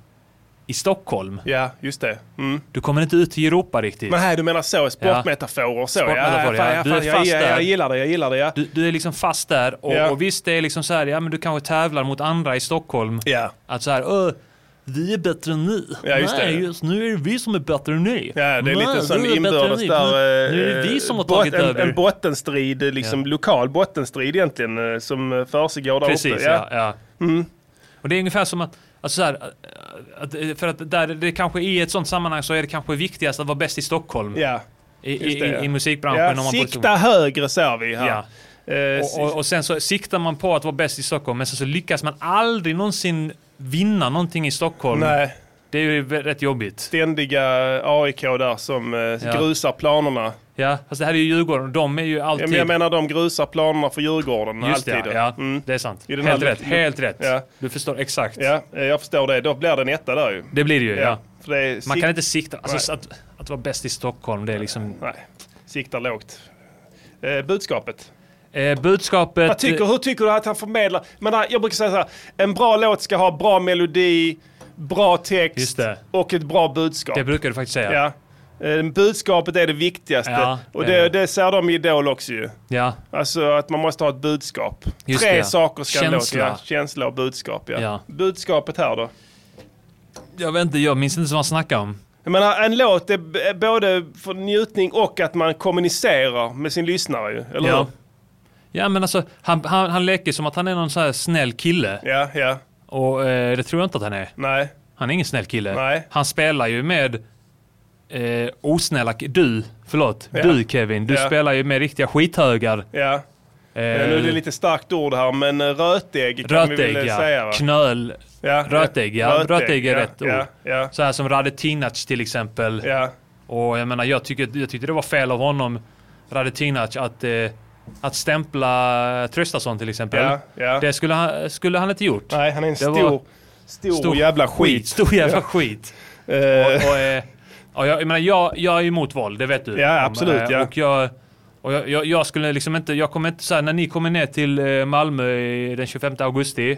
S4: i Stockholm.
S1: Ja, just det. Mm.
S4: Du kommer inte ut till Europa riktigt.
S1: Men här, du menar så, sportmetaforer och så.
S4: Sportmetafor,
S1: ja,
S4: ja.
S1: ja,
S4: Du
S1: fan,
S4: är
S1: jag-
S4: fast
S1: jag,
S4: där.
S1: jag gillar det, jag gillar det. Ja.
S4: Du, du är liksom fast där och,
S1: Ja.
S4: och visst det är liksom så här, ja men du kanske tävlar mot andra i Stockholm. Att så här, "Åh, vi är bättre än ni.
S1: Ja, just det.
S4: Nej, just nu är det vi som är bättre än ni.
S1: Ja, det är
S4: Nej,
S1: lite sån
S4: vi är bättre än
S1: inbördes
S4: ni.
S1: där. eh,
S4: Nu är det vi som har
S1: bot-
S4: tagit
S1: en,
S4: över.
S1: En bottenstrid, eh, liksom lokal bottenstrid egentligen, eh, som eh, försiggår där
S4: Precis,
S1: uppe. Mm.
S4: ja. ja. Och det är ungefär som att, alltså så här, eh, att, för att där det kanske i ett sånt sammanhang så är det kanske viktigast att vara bäst i Stockholm.
S1: Ja.
S4: I, i,
S1: Just det,
S4: i,
S1: ja.
S4: i musikbranschen.
S1: Ja,
S4: om man på-
S1: sikta högre ser vi här. Eh,
S4: Ja. och, och, och sen så siktar man på att vara bäst i Stockholm, men sen så lyckas man aldrig någonsin vinna någonting i Stockholm.
S1: Nej.
S4: Det är ju vä- rätt jobbigt.
S1: Ständiga AIK där som eh,
S4: Ja.
S1: grusar planerna.
S4: Ja, fast det här är ju Djurgården och de är ju alltid...
S1: Ja, men jag menar de grusar planerna för Djurgården
S4: Just det,
S1: alltid. Mm.
S4: ja. Det är sant.
S1: I den
S4: Helt
S1: här-
S4: rätt, helt rätt.
S1: Ja.
S4: Du förstår exakt.
S1: Ja, eh, jag förstår det. Då blir det en etta där ju.
S4: Det blir det ju, ja.
S1: För det är
S4: Man
S1: sik-
S4: kan inte sikta... Alltså,
S1: Nej.
S4: så att, att vara bäst i Stockholm, det är liksom...
S1: Nej, sikta lågt. Eh, budskapet?
S4: Eh, budskapet... eh,
S1: Vad tycker, hur tycker du att han förmedlar? Men eh, jag brukar säga så här, en bra låt ska ha bra melodi, bra text och ett bra budskap.
S4: Det brukar du faktiskt säga.
S1: Ja. Eh, Budskapet är det viktigaste.
S4: Ja,
S1: och
S4: det
S1: det,
S4: är
S1: det. ser de i Idol också ju.
S4: Ja.
S1: Alltså att man måste ha ett budskap.
S4: Just
S1: Tre
S4: det, ja.
S1: saker ska en låt
S4: Känsla.
S1: ja. Känsla och budskap ja.
S4: Ja.
S1: Budskapet här då?
S4: Jag vet inte, jag minns inte vad han snackade om.
S1: Jag menar, en låt är b- är både för njutning och att man kommunicerar med sin lyssnare ju. Eller
S4: ja.
S1: hur?
S4: ja, men alltså han, han, han leker som att han är någon så här snäll kille.
S1: Ja, ja.
S4: Och eh, det tror jag inte att han är.
S1: Nej.
S4: Han är ingen snäll kille.
S1: Nej.
S4: Han spelar ju med eh, osnälla... k- Du, förlåt.
S1: Ja.
S4: Du Kevin, du
S1: Ja.
S4: spelar ju med riktiga skithögar.
S1: Ja. Eh, nu är det lite starkt ord här, men eh, rötägg kan vi
S4: Rötägg,
S1: väl eh,
S4: ja.
S1: säga va?
S4: Knöl.
S1: Ja,
S4: Rötägg, ja.
S1: rötägg,
S4: Rötägg, är
S1: ja,
S4: rätt ord.
S1: ja,
S4: Så här som Radetinac till exempel. Och jag menar, jag, tycker, jag tyckte det var fel av honom, Radetinac, att, eh, att stämpla Tröstason till exempel.
S1: Ja, ja.
S4: Det skulle han, skulle han inte gjort.
S1: Nej, han är en
S4: Det var-
S1: stor, stor, jävla skit.
S4: Stor jävla
S1: Ja.
S4: skit. Och, och, eh, och jag, jag menar, jag, jag är emot våld, det vet du.
S1: Ja, absolut,
S4: eh,
S1: ja.
S4: Och jag, och jag, jag, jag skulle liksom inte, jag kommer inte säga när ni kommer ner till eh, Malmö i- den 25 augusti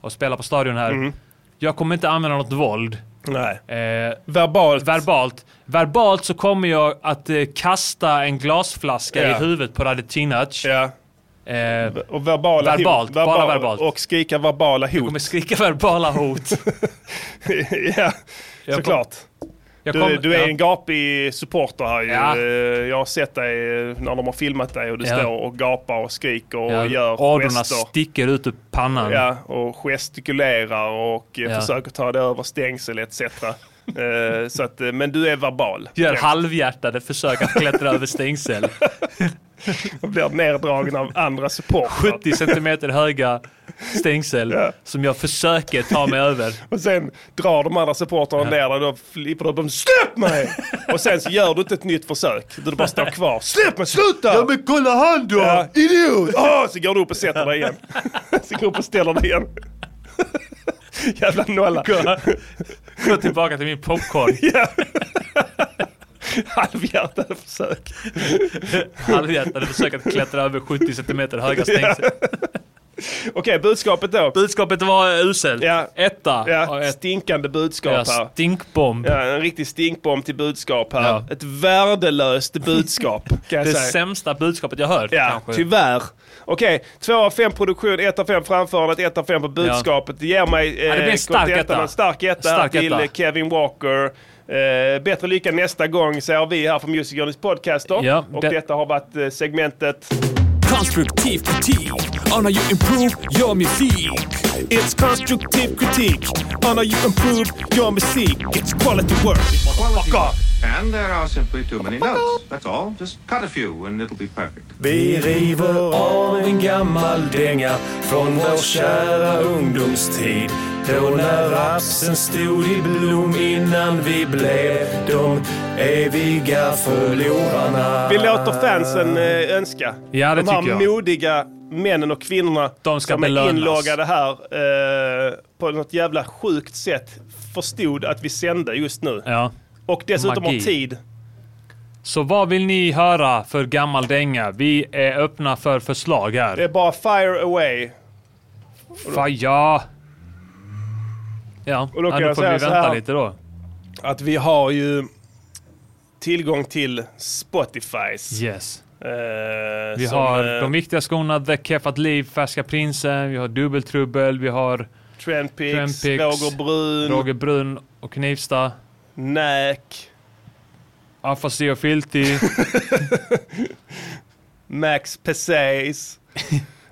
S4: och spelar på stadion här.
S1: Mm.
S4: Jag kommer inte använda något våld. Eh,
S1: verbalt.
S4: verbalt. Verbalt så kommer jag att eh, kasta en glasflaska
S1: Ja.
S4: i huvudet på Radetinac. Eh,
S1: och verbala
S4: verbalt,
S1: hot.
S4: bara
S1: Verbal-
S4: verbalt.
S1: Och skrika verbala hot. Du
S4: kommer skrika verbala hot.
S1: ja,
S4: Jag
S1: såklart.
S4: jag
S1: du,
S4: kommer-
S1: du är
S4: ja.
S1: en gapig supporter här ju.
S4: Ja.
S1: Eh, Jag har sett dig eh, när de har filmat dig och du
S4: Ja.
S1: står och gapar och skriker och
S4: Ja,
S1: gör
S4: Adorna
S1: gester.
S4: sticker ut ur pannan.
S1: Ja, och gestikulerar och eh,
S4: Ja.
S1: försöker ta det över stängsel etc. Eh, så att, eh, men du är verbal.
S4: Gör halvhjärtade försök att klättra över stängsel.
S1: Och blir neddragen av andra supportrar.
S4: 70 centimeter höga stängsel som jag försöker ta mig över.
S1: Och sen drar de andra supportrarna ner dig och då flippar de upp dem. Släpp mig! Och sen så gör du inte ett nytt försök. Du bara står kvar. Släpp mig! Sluta! Ja men kolla han då! Idiot! Åh, så går du upp och sätter dig igen. Så går du upp och ställer dig igen. Jävla nolla.
S4: Gå, gå tillbaka till min popcorn.
S1: Halvhjärtade försök.
S4: Halvhjärtade försök att klättra över 70 centimeter höga stängsel.
S1: Okej, budskapet då?
S4: Budskapet var eh, uselt.
S1: Ja.
S4: Etta.
S1: Ja, stinkande budskap
S4: Ja,
S1: här.
S4: Stinkbomb.
S1: Ja, en riktig stinkbomb till budskap här. Ett värdelöst budskap kan jag
S4: Det
S1: säga.
S4: sämsta budskapet jag hört.
S1: Ja,
S4: kanske.
S1: tyvärr. Okej, två av fem produktion, ett av fem framförande, ett av fem på budskapet. Det ger mig... eh,
S4: Ja, det blir en stark
S1: kontentan,
S4: etta.
S1: en stark etta
S4: Stark
S1: till
S4: etta.
S1: eh, Kevin Walker. Eh, bättre lycka nästa gång säger vi här från Music Journeys Podcaster.
S16: Ja,
S1: Och
S16: det-
S1: detta har varit eh, segmentet...
S16: Constructive critique on how you improve your music.
S2: It's constructive critique on how you improve your music. It's quality work.
S9: Fuck off. And there are simply too many notes. That's all. Just cut a few and it'll be perfect.
S2: Vi river av en gammal dänga från vår kära ungdomstid. Då när rapsen stod i blom innan vi blev de eviga förlorarna.
S1: Vi låter fansen eh, önska.
S2: Ja, det
S1: De här
S2: tycker jag.
S1: modiga männen och kvinnorna De
S4: ska
S1: som
S4: belönas.
S1: är inloggade här eh, på något jävla sjukt sätt förstod att vi sände just nu.
S4: Ja.
S1: Och dessutom
S4: Magi.
S1: har tid.
S4: Så vad vill ni höra för gammal dänga? Vi är öppna för förslag här.
S1: Det är bara fire away.
S4: Fan, ja. Ja,
S1: Och då
S4: ja,
S1: kan
S4: då
S1: jag
S4: får vi
S1: säga så
S4: vänta
S1: här.
S4: lite då.
S1: Att vi har ju tillgång till Spotifys.
S4: Yes.
S1: eh,
S4: Vi
S1: som,
S4: har
S1: eh,
S4: de viktiga skorna, The Keffat Liv, Färska Prinsen, vi har Dubbeltrubbel, vi har
S1: Trendpicks,
S4: Trendpicks,
S1: Roger Brun.
S4: Roger Brun och Knivsta.
S1: Näk.
S4: Afasi och Filti.
S1: Max Pesais.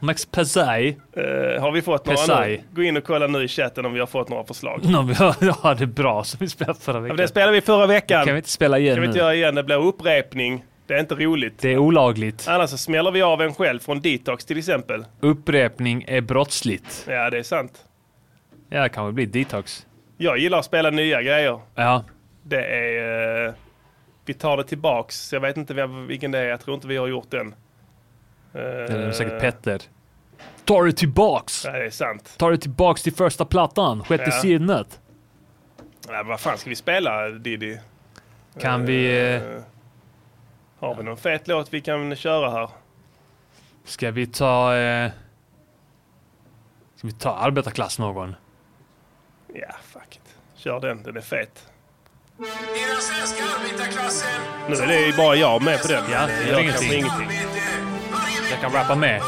S4: Max Pesai.
S1: Eh, har vi fått några
S4: Pesai.
S1: nu? Gå in och kolla nu i chatten om vi har fått några förslag.
S4: No, vi har, ja, det är bra som vi spelade förra
S1: Ja, men
S4: veckan.
S1: det spelade vi förra veckan.
S4: Det kan vi inte Mm. spela igen
S1: kan vi inte
S4: nu.
S1: göra igen. Det blir upprepning. Det är inte roligt.
S4: Det är olagligt.
S1: Annars så smäller vi av en själv från detox till exempel.
S4: Upprepning är brottsligt.
S1: Ja, det är sant.
S4: Ja, det kanske blir detox.
S1: Jag gillar att spela nya grejer.
S4: Ja,
S1: Det är... eh, vi tar det tillbaks. Jag vet inte vem, vilken det är. Jag tror inte vi har gjort den. Eh,
S4: det är säkert Petter. Ta det tillbaks!
S1: Ja, det är sant.
S4: Ta det tillbaks till första plattan, sjätte
S1: Ja.
S4: sinnet.
S1: Ja, men vad fan ska vi spela Diddy?
S4: Kan
S1: Eh,
S4: vi... eh,
S1: Har vi någon fet låt vi kan köra här?
S4: Ska vi ta... Eh, ska vi ta arbetarklass någon?
S1: Ja, fuck it. Kör den. Den är fet.
S9: Era svenska arbetarklassen
S1: Nu är det ju bara jag med på den. Ja,
S4: det gör
S1: jag
S4: ingenting.
S1: kanske ingenting.
S4: Jag kan rappa med.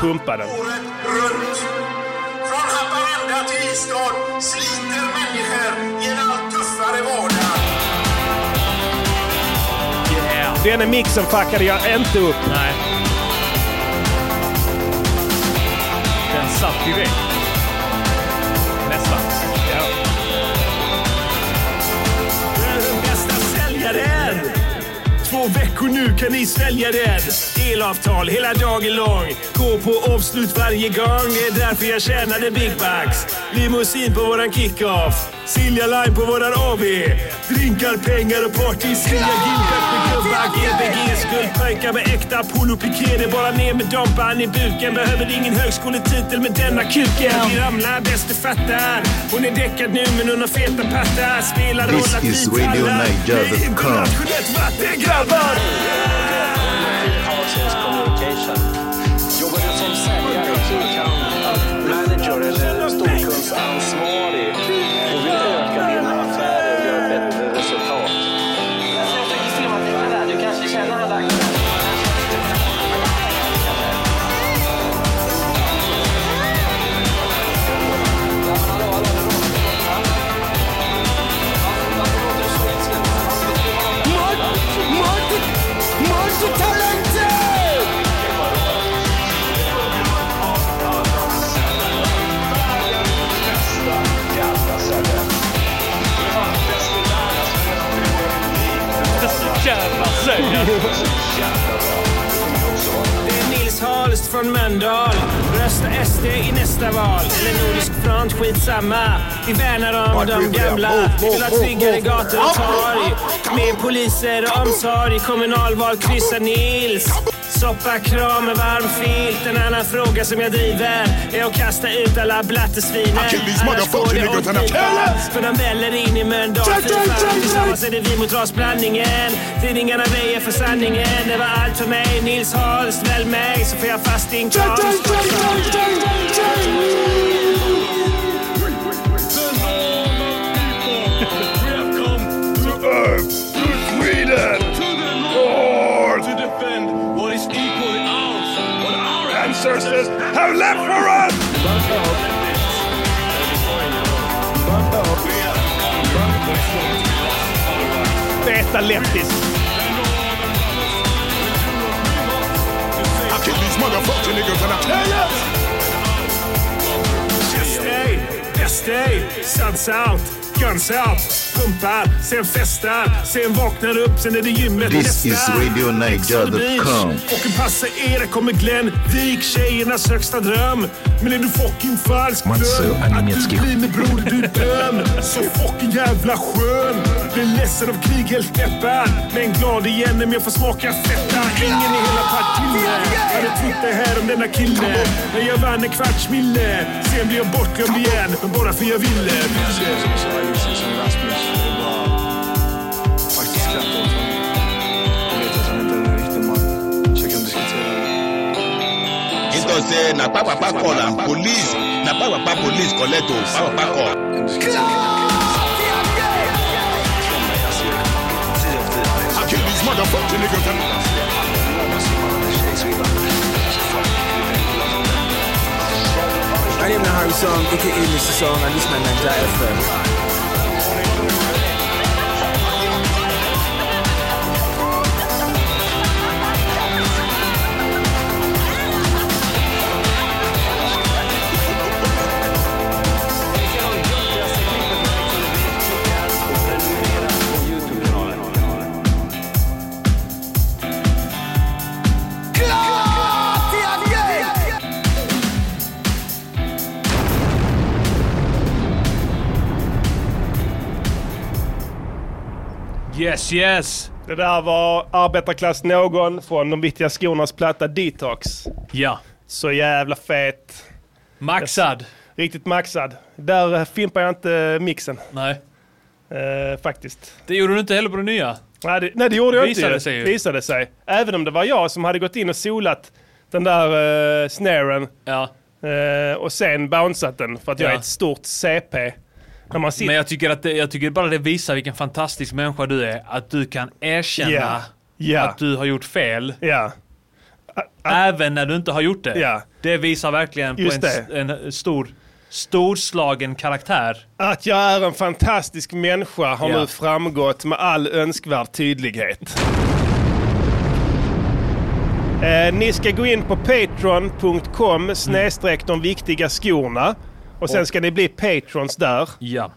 S1: Pumpa den.
S9: året runt. Från Haparanda till Ystad sliter människor i en allt tuffare vardag.
S1: Den mixen fuckade jag inte upp.
S4: Nej. Den satt direkt. Nästan.
S1: Ja.
S9: Bästa säljaren! Två veckor nu kan ni svälja den. Elavtal hela dagen lång. Gå på avslut varje gång. Det är därför jag tjänade big bucks. Limousin på våran kickoff. Silja Line på våran AV. Drinkar, pengar och party. Silja Gilbert med gubbar. GBG skuldpojkar med äkta polo piké. Det är bara ner med dampan i buken. Behöver ingen högskoletitel med denna kuken. Vi ramlar bäst du fattar. Hon är däckad nu men hon har feta pattar. Spelar
S6: This
S9: rollat
S6: is
S9: vit
S6: Radio
S9: alla.
S6: Niger
S9: Det är
S6: dot com.
S9: internationellt vatten grabbar!
S17: Communication. Jobbar du som säljare så kan manager eller storkundsansvarig och vill öka dina affärer och göra bättre resultat.
S18: Du kanske känner alla
S9: Det är Nils Holst från Mölndal. Rösta SD i nästa val. Eller Nordisk front, skitsamma. Vi värnar om de gamla. Vi vill ha tryggare gator och torg. Mer poliser och omsorg. Kommunalval, kryssa Nils. Soppa, kram med varm filt. En annan fråga som jag driver är att kasta ut alla blattesviner.
S2: Achilles
S9: Annars går
S2: motherfucking
S9: det
S2: niggas
S9: åt
S2: and
S9: pipan.
S2: Achilles!
S9: För de väller in i Mölndal.
S2: Check,
S9: Fy fan,
S2: check, check,
S9: Tillsammans är det vi mot rasblandningen. Tidningarna väjer för sanningen. Det var allt för mig. Nils Holst, välj mig så får jag fast inkomst.
S2: Sweden! Lord! To defend what is equally ours, what our ancestors have left for us!
S1: Feta lättis.
S2: I kill these motherfucking niggas and I tell ya!
S9: Stay, stay, suns out, guns out. Pumpar, sen festar, sen vaknar upp, sen är det gymmet
S6: This is Radio Niger.com.
S9: Och en passagerare kommer Glenn Wik, tjejernas högsta dröm. Men är du fucking falsk?
S19: Matsu
S9: Döm att
S19: Animetski.
S9: du blir med bror, du är döm. Så fucking jävla skön. Blir ledsen av krig, helt deppad. Men glad igen när jag får smaka fetta. Ingen i hela partiet hade trott det här om denna kille. Men jag vann en kvarts mille. Sen blev jag bortglömd igen, men bara för jag ville.
S8: Inte att säga när pappa kolla en polis na power pa police collect o power pa call.
S20: I kill these motherfucking niggas and
S3: I am the Harry Song, aka Mr. Song, and this is Nanja FM.
S1: Yes, yes! Det där var arbetarklass någon från de viktiga skornas platta Detox.
S4: Ja.
S1: Så jävla fet.
S4: Maxad.
S1: Riktigt maxad. Där eh, fimpar jag inte mixen. eh,
S4: Nej.
S1: faktiskt.
S4: Det gjorde du inte heller på den nya.
S1: Nej, det, nej, det gjorde jag
S4: Visade
S1: inte.
S4: sig ju.
S1: Visade sig. Även om det var jag som hade gått in och solat den där uh, snaren. Eh, och sen bounceat den för att jag
S4: Ja.
S1: är ett stort CP. När man sitter...
S4: Men jag tycker, att det, jag tycker bara det visar vilken fantastisk människa du är. Att du kan erkänna
S1: Ja. Ja.
S4: att du har gjort fel.
S1: Ja.
S4: Även när du inte har gjort det.
S1: Ja.
S4: Det visar verkligen
S1: Just
S4: på en, en stor, storslagen karaktär.
S1: Att jag är en fantastisk människa har
S4: Ja.
S1: nu framgått med all önskvärd tydlighet. Eh, ni ska gå in på patreon.com snedstreck de viktiga skorna. Och sen
S4: Och-
S1: ska ni bli patrons där.
S4: Ja.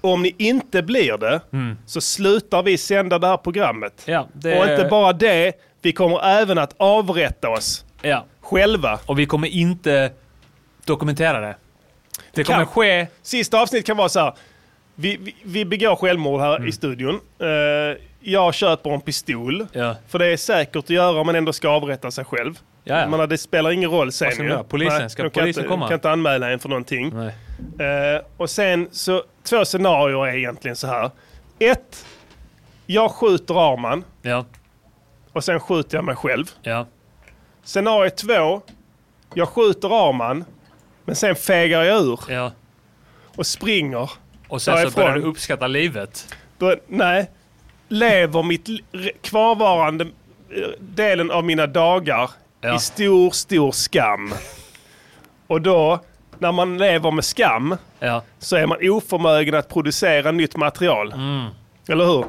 S1: Om ni inte blir det så slutar vi sända det här programmet.
S4: Mm. det-
S1: Och inte bara det, vi kommer även att avrätta oss.
S4: Ja.
S1: Själva.
S4: Och vi kommer inte dokumentera det. Det kommer ske.
S1: Sista avsnitt kan vara så här. Vi, vi, vi begår självmord här
S4: Mm.
S1: i studion. Eh, jag köper en pistol. För det är säkert att göra om man ändå ska avrätta sig själv.
S4: Ja, ja.
S1: Jag menar, det spelar ingen roll sen
S4: Vad ska man göra? Polisen? Ska
S1: de
S4: polisen
S1: kan inte,
S4: komma?
S1: de kan inte anmäla en för någonting. Eh, och sen så, två scenarier är egentligen så här. Ett, jag skjuter Arman.
S4: Ja.
S1: Och sen skjuter jag mig själv.
S4: Ja.
S1: Scenario två, jag skjuter Arman. Men sen fegar jag ur. Och springer.
S4: Och sen så
S1: därifrån.
S4: börjar du uppskatta livet.
S1: Då, nej. Lever mitt l- re- kvarvarande eh, delen av mina dagar i stor, stor skam. Och då, när man lever med skam, så är man oförmögen att producera nytt material. Eller hur?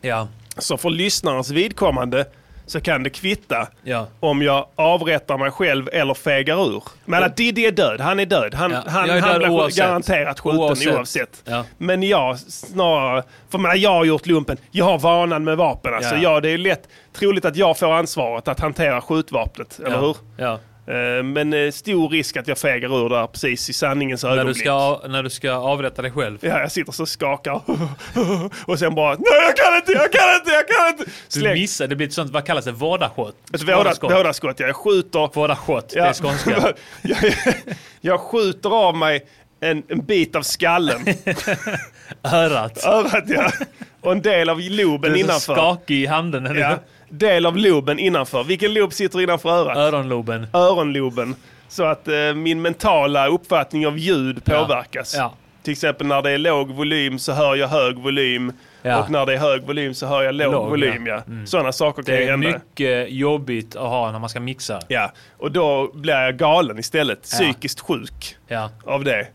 S4: Ja.
S1: Så för lyssnarens vidkommande så kan det kvitta
S4: Ja.
S1: om jag avrättar mig själv eller fegar ur. Men att Diddy är död, han är död. Han, han,
S4: Jag är
S1: han
S4: död
S1: blir
S4: oavsett.
S1: garanterat skjuten
S4: Oavsett.
S1: oavsett.
S4: Ja.
S1: Men jag snarare, för menar, jag har gjort lumpen, jag har vanan med vapen. Alltså,
S4: Ja.
S1: ja. det är lätt troligt att jag får ansvaret att hantera skjutvapnet, eller
S4: Ja.
S1: hur?
S4: Ja.
S1: Eh, Men eh, stor risk att jag fegar ur där precis i sanningens
S4: När du,
S1: ögonblick.
S4: ska, när du ska avrätta dig själv.
S1: Ja, jag sitter så och skakar och sen bara Nej jag kan inte, jag kan inte, jag kan inte!
S4: Du
S1: Släng.
S4: missar, det blir ett sånt, vad kallas det, vådaskott?
S1: Ett våda- vådaskott, ja. Jag skjuter...
S4: Vådaskott,
S1: Ja.
S4: det är skånska.
S1: Jag skjuter av mig en, en bit av skallen.
S4: Örat.
S1: Örat ja. Och en del av
S4: Du
S1: loben
S4: är så
S1: innanför.
S4: skakig i handen. eller?
S1: Ja. Del av loben innanför. Vilken lob sitter innanför örat?
S4: Öronloben.
S1: Öronloben. Så att eh, min mentala uppfattning av ljud
S4: Ja.
S1: påverkas.
S4: Ja.
S1: Till exempel när det är låg volym så hör jag hög volym.
S4: Ja.
S1: Och när det är hög volym så hör jag låg,
S4: Låg,
S1: volym. Ja.
S4: ja. Mm.
S1: Sådana saker kan ju
S4: Det är
S1: hända.
S4: mycket jobbigt att ha när man ska mixa.
S1: Ja, och då blir jag galen istället.
S4: Ja.
S1: Psykiskt sjuk
S4: Ja.
S1: av det.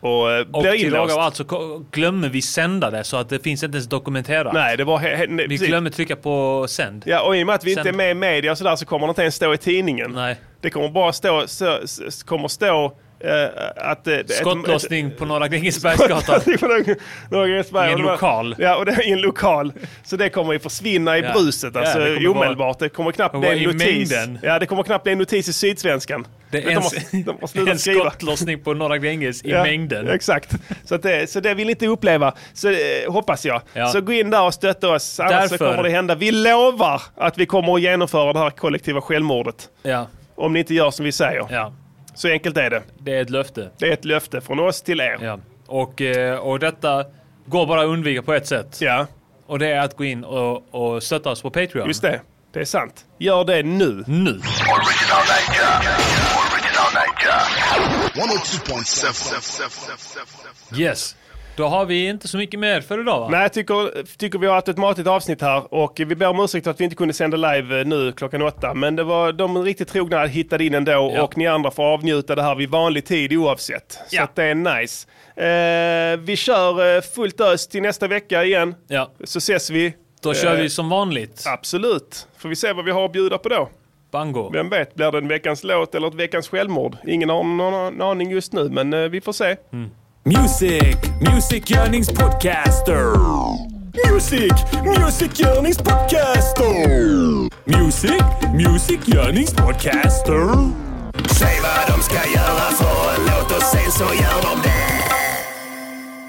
S1: Och, eh,
S4: Och
S1: blir
S4: till
S1: inlåst.
S4: råga av allt så ko- glömmer vi sända det så att det finns inte ens dokumenterat.
S1: Nej, det var he- he- nej,
S4: vi
S1: precis.
S4: glömmer trycka på sänd.
S1: Ja, och i och med att vi
S4: Sänd.
S1: inte är med i media och sådär så kommer det inte ens stå i tidningen.
S4: Nej.
S1: Det kommer bara stå, så, s- kommer stå eh, att... eh, ett-
S4: Skottlossning på Norra Grängesbergsgatan.
S1: Skottlossning på Norra- Norra Grängesberg.
S4: I en
S1: Och de här-
S4: lokal.
S1: Ja, och det är i en lokal. Så det kommer ju försvinna i
S4: Ja.
S1: bruset,
S4: Ja,
S1: alltså
S4: det kommer
S1: omedelbart. det
S4: vara-
S1: kommer knappt
S4: det
S1: bli en
S4: kommer vara i
S1: notis.
S4: mängden.
S1: Ja, det kommer knappt bli en notis i Sydsvenskan.
S4: Det är
S1: de
S4: en,
S1: har, de har
S4: en
S1: slutat skriva.
S4: skottlossning på Norra Gränges i
S1: Ja,
S4: mängden.
S1: Exakt. Så, att det, så det vill ni inte uppleva, så, eh, hoppas jag.
S4: Ja.
S1: Så gå in där och stötta oss, annars så
S4: Därför-
S1: kommer det hända. Vi lovar att vi kommer att genomföra det här kollektiva självmordet.
S4: Ja.
S1: Om ni inte gör som vi säger.
S4: Ja.
S1: Så enkelt är det.
S4: Det är ett löfte.
S1: Det är ett löfte från oss till er.
S4: Ja. Och, eh, och detta går bara att undvika på ett sätt.
S1: Ja.
S4: Och det är att gå in och, och stötta oss på Patreon.
S1: Just det. Det är sant. Gör det nu.
S4: Nu.
S21: Original Niger. Original Niger.
S4: Yes. Då har vi inte så mycket mer för idag va?
S1: Nej, jag tycker, tycker vi har haft ett matigt avsnitt här och vi ber om ursäkt för att vi inte kunde sända live eh, nu klockan åtta. Men det var, de riktigt trogna hittade in ändå
S4: Ja.
S1: och ni andra får avnjuta det här vid vanlig tid oavsett. Så att det är nice. Eh, vi kör eh, fullt ös till nästa vecka igen.
S4: Ja.
S1: Så ses vi.
S4: Då kör vi som vanligt.
S1: Absolut. Får vi se vad vi har att bjuda på då.
S4: Bango.
S1: Vem vet, blir det en veckans låt eller ett veckans självmord? Ingen har någon aning just nu, men eh, vi får se.
S2: Music, musikgörningspodcaster. Music, musikgörningspodcaster. Music, musikgörningspodcaster.
S22: Säg vad de ska göra för en låt och sen så gör de det.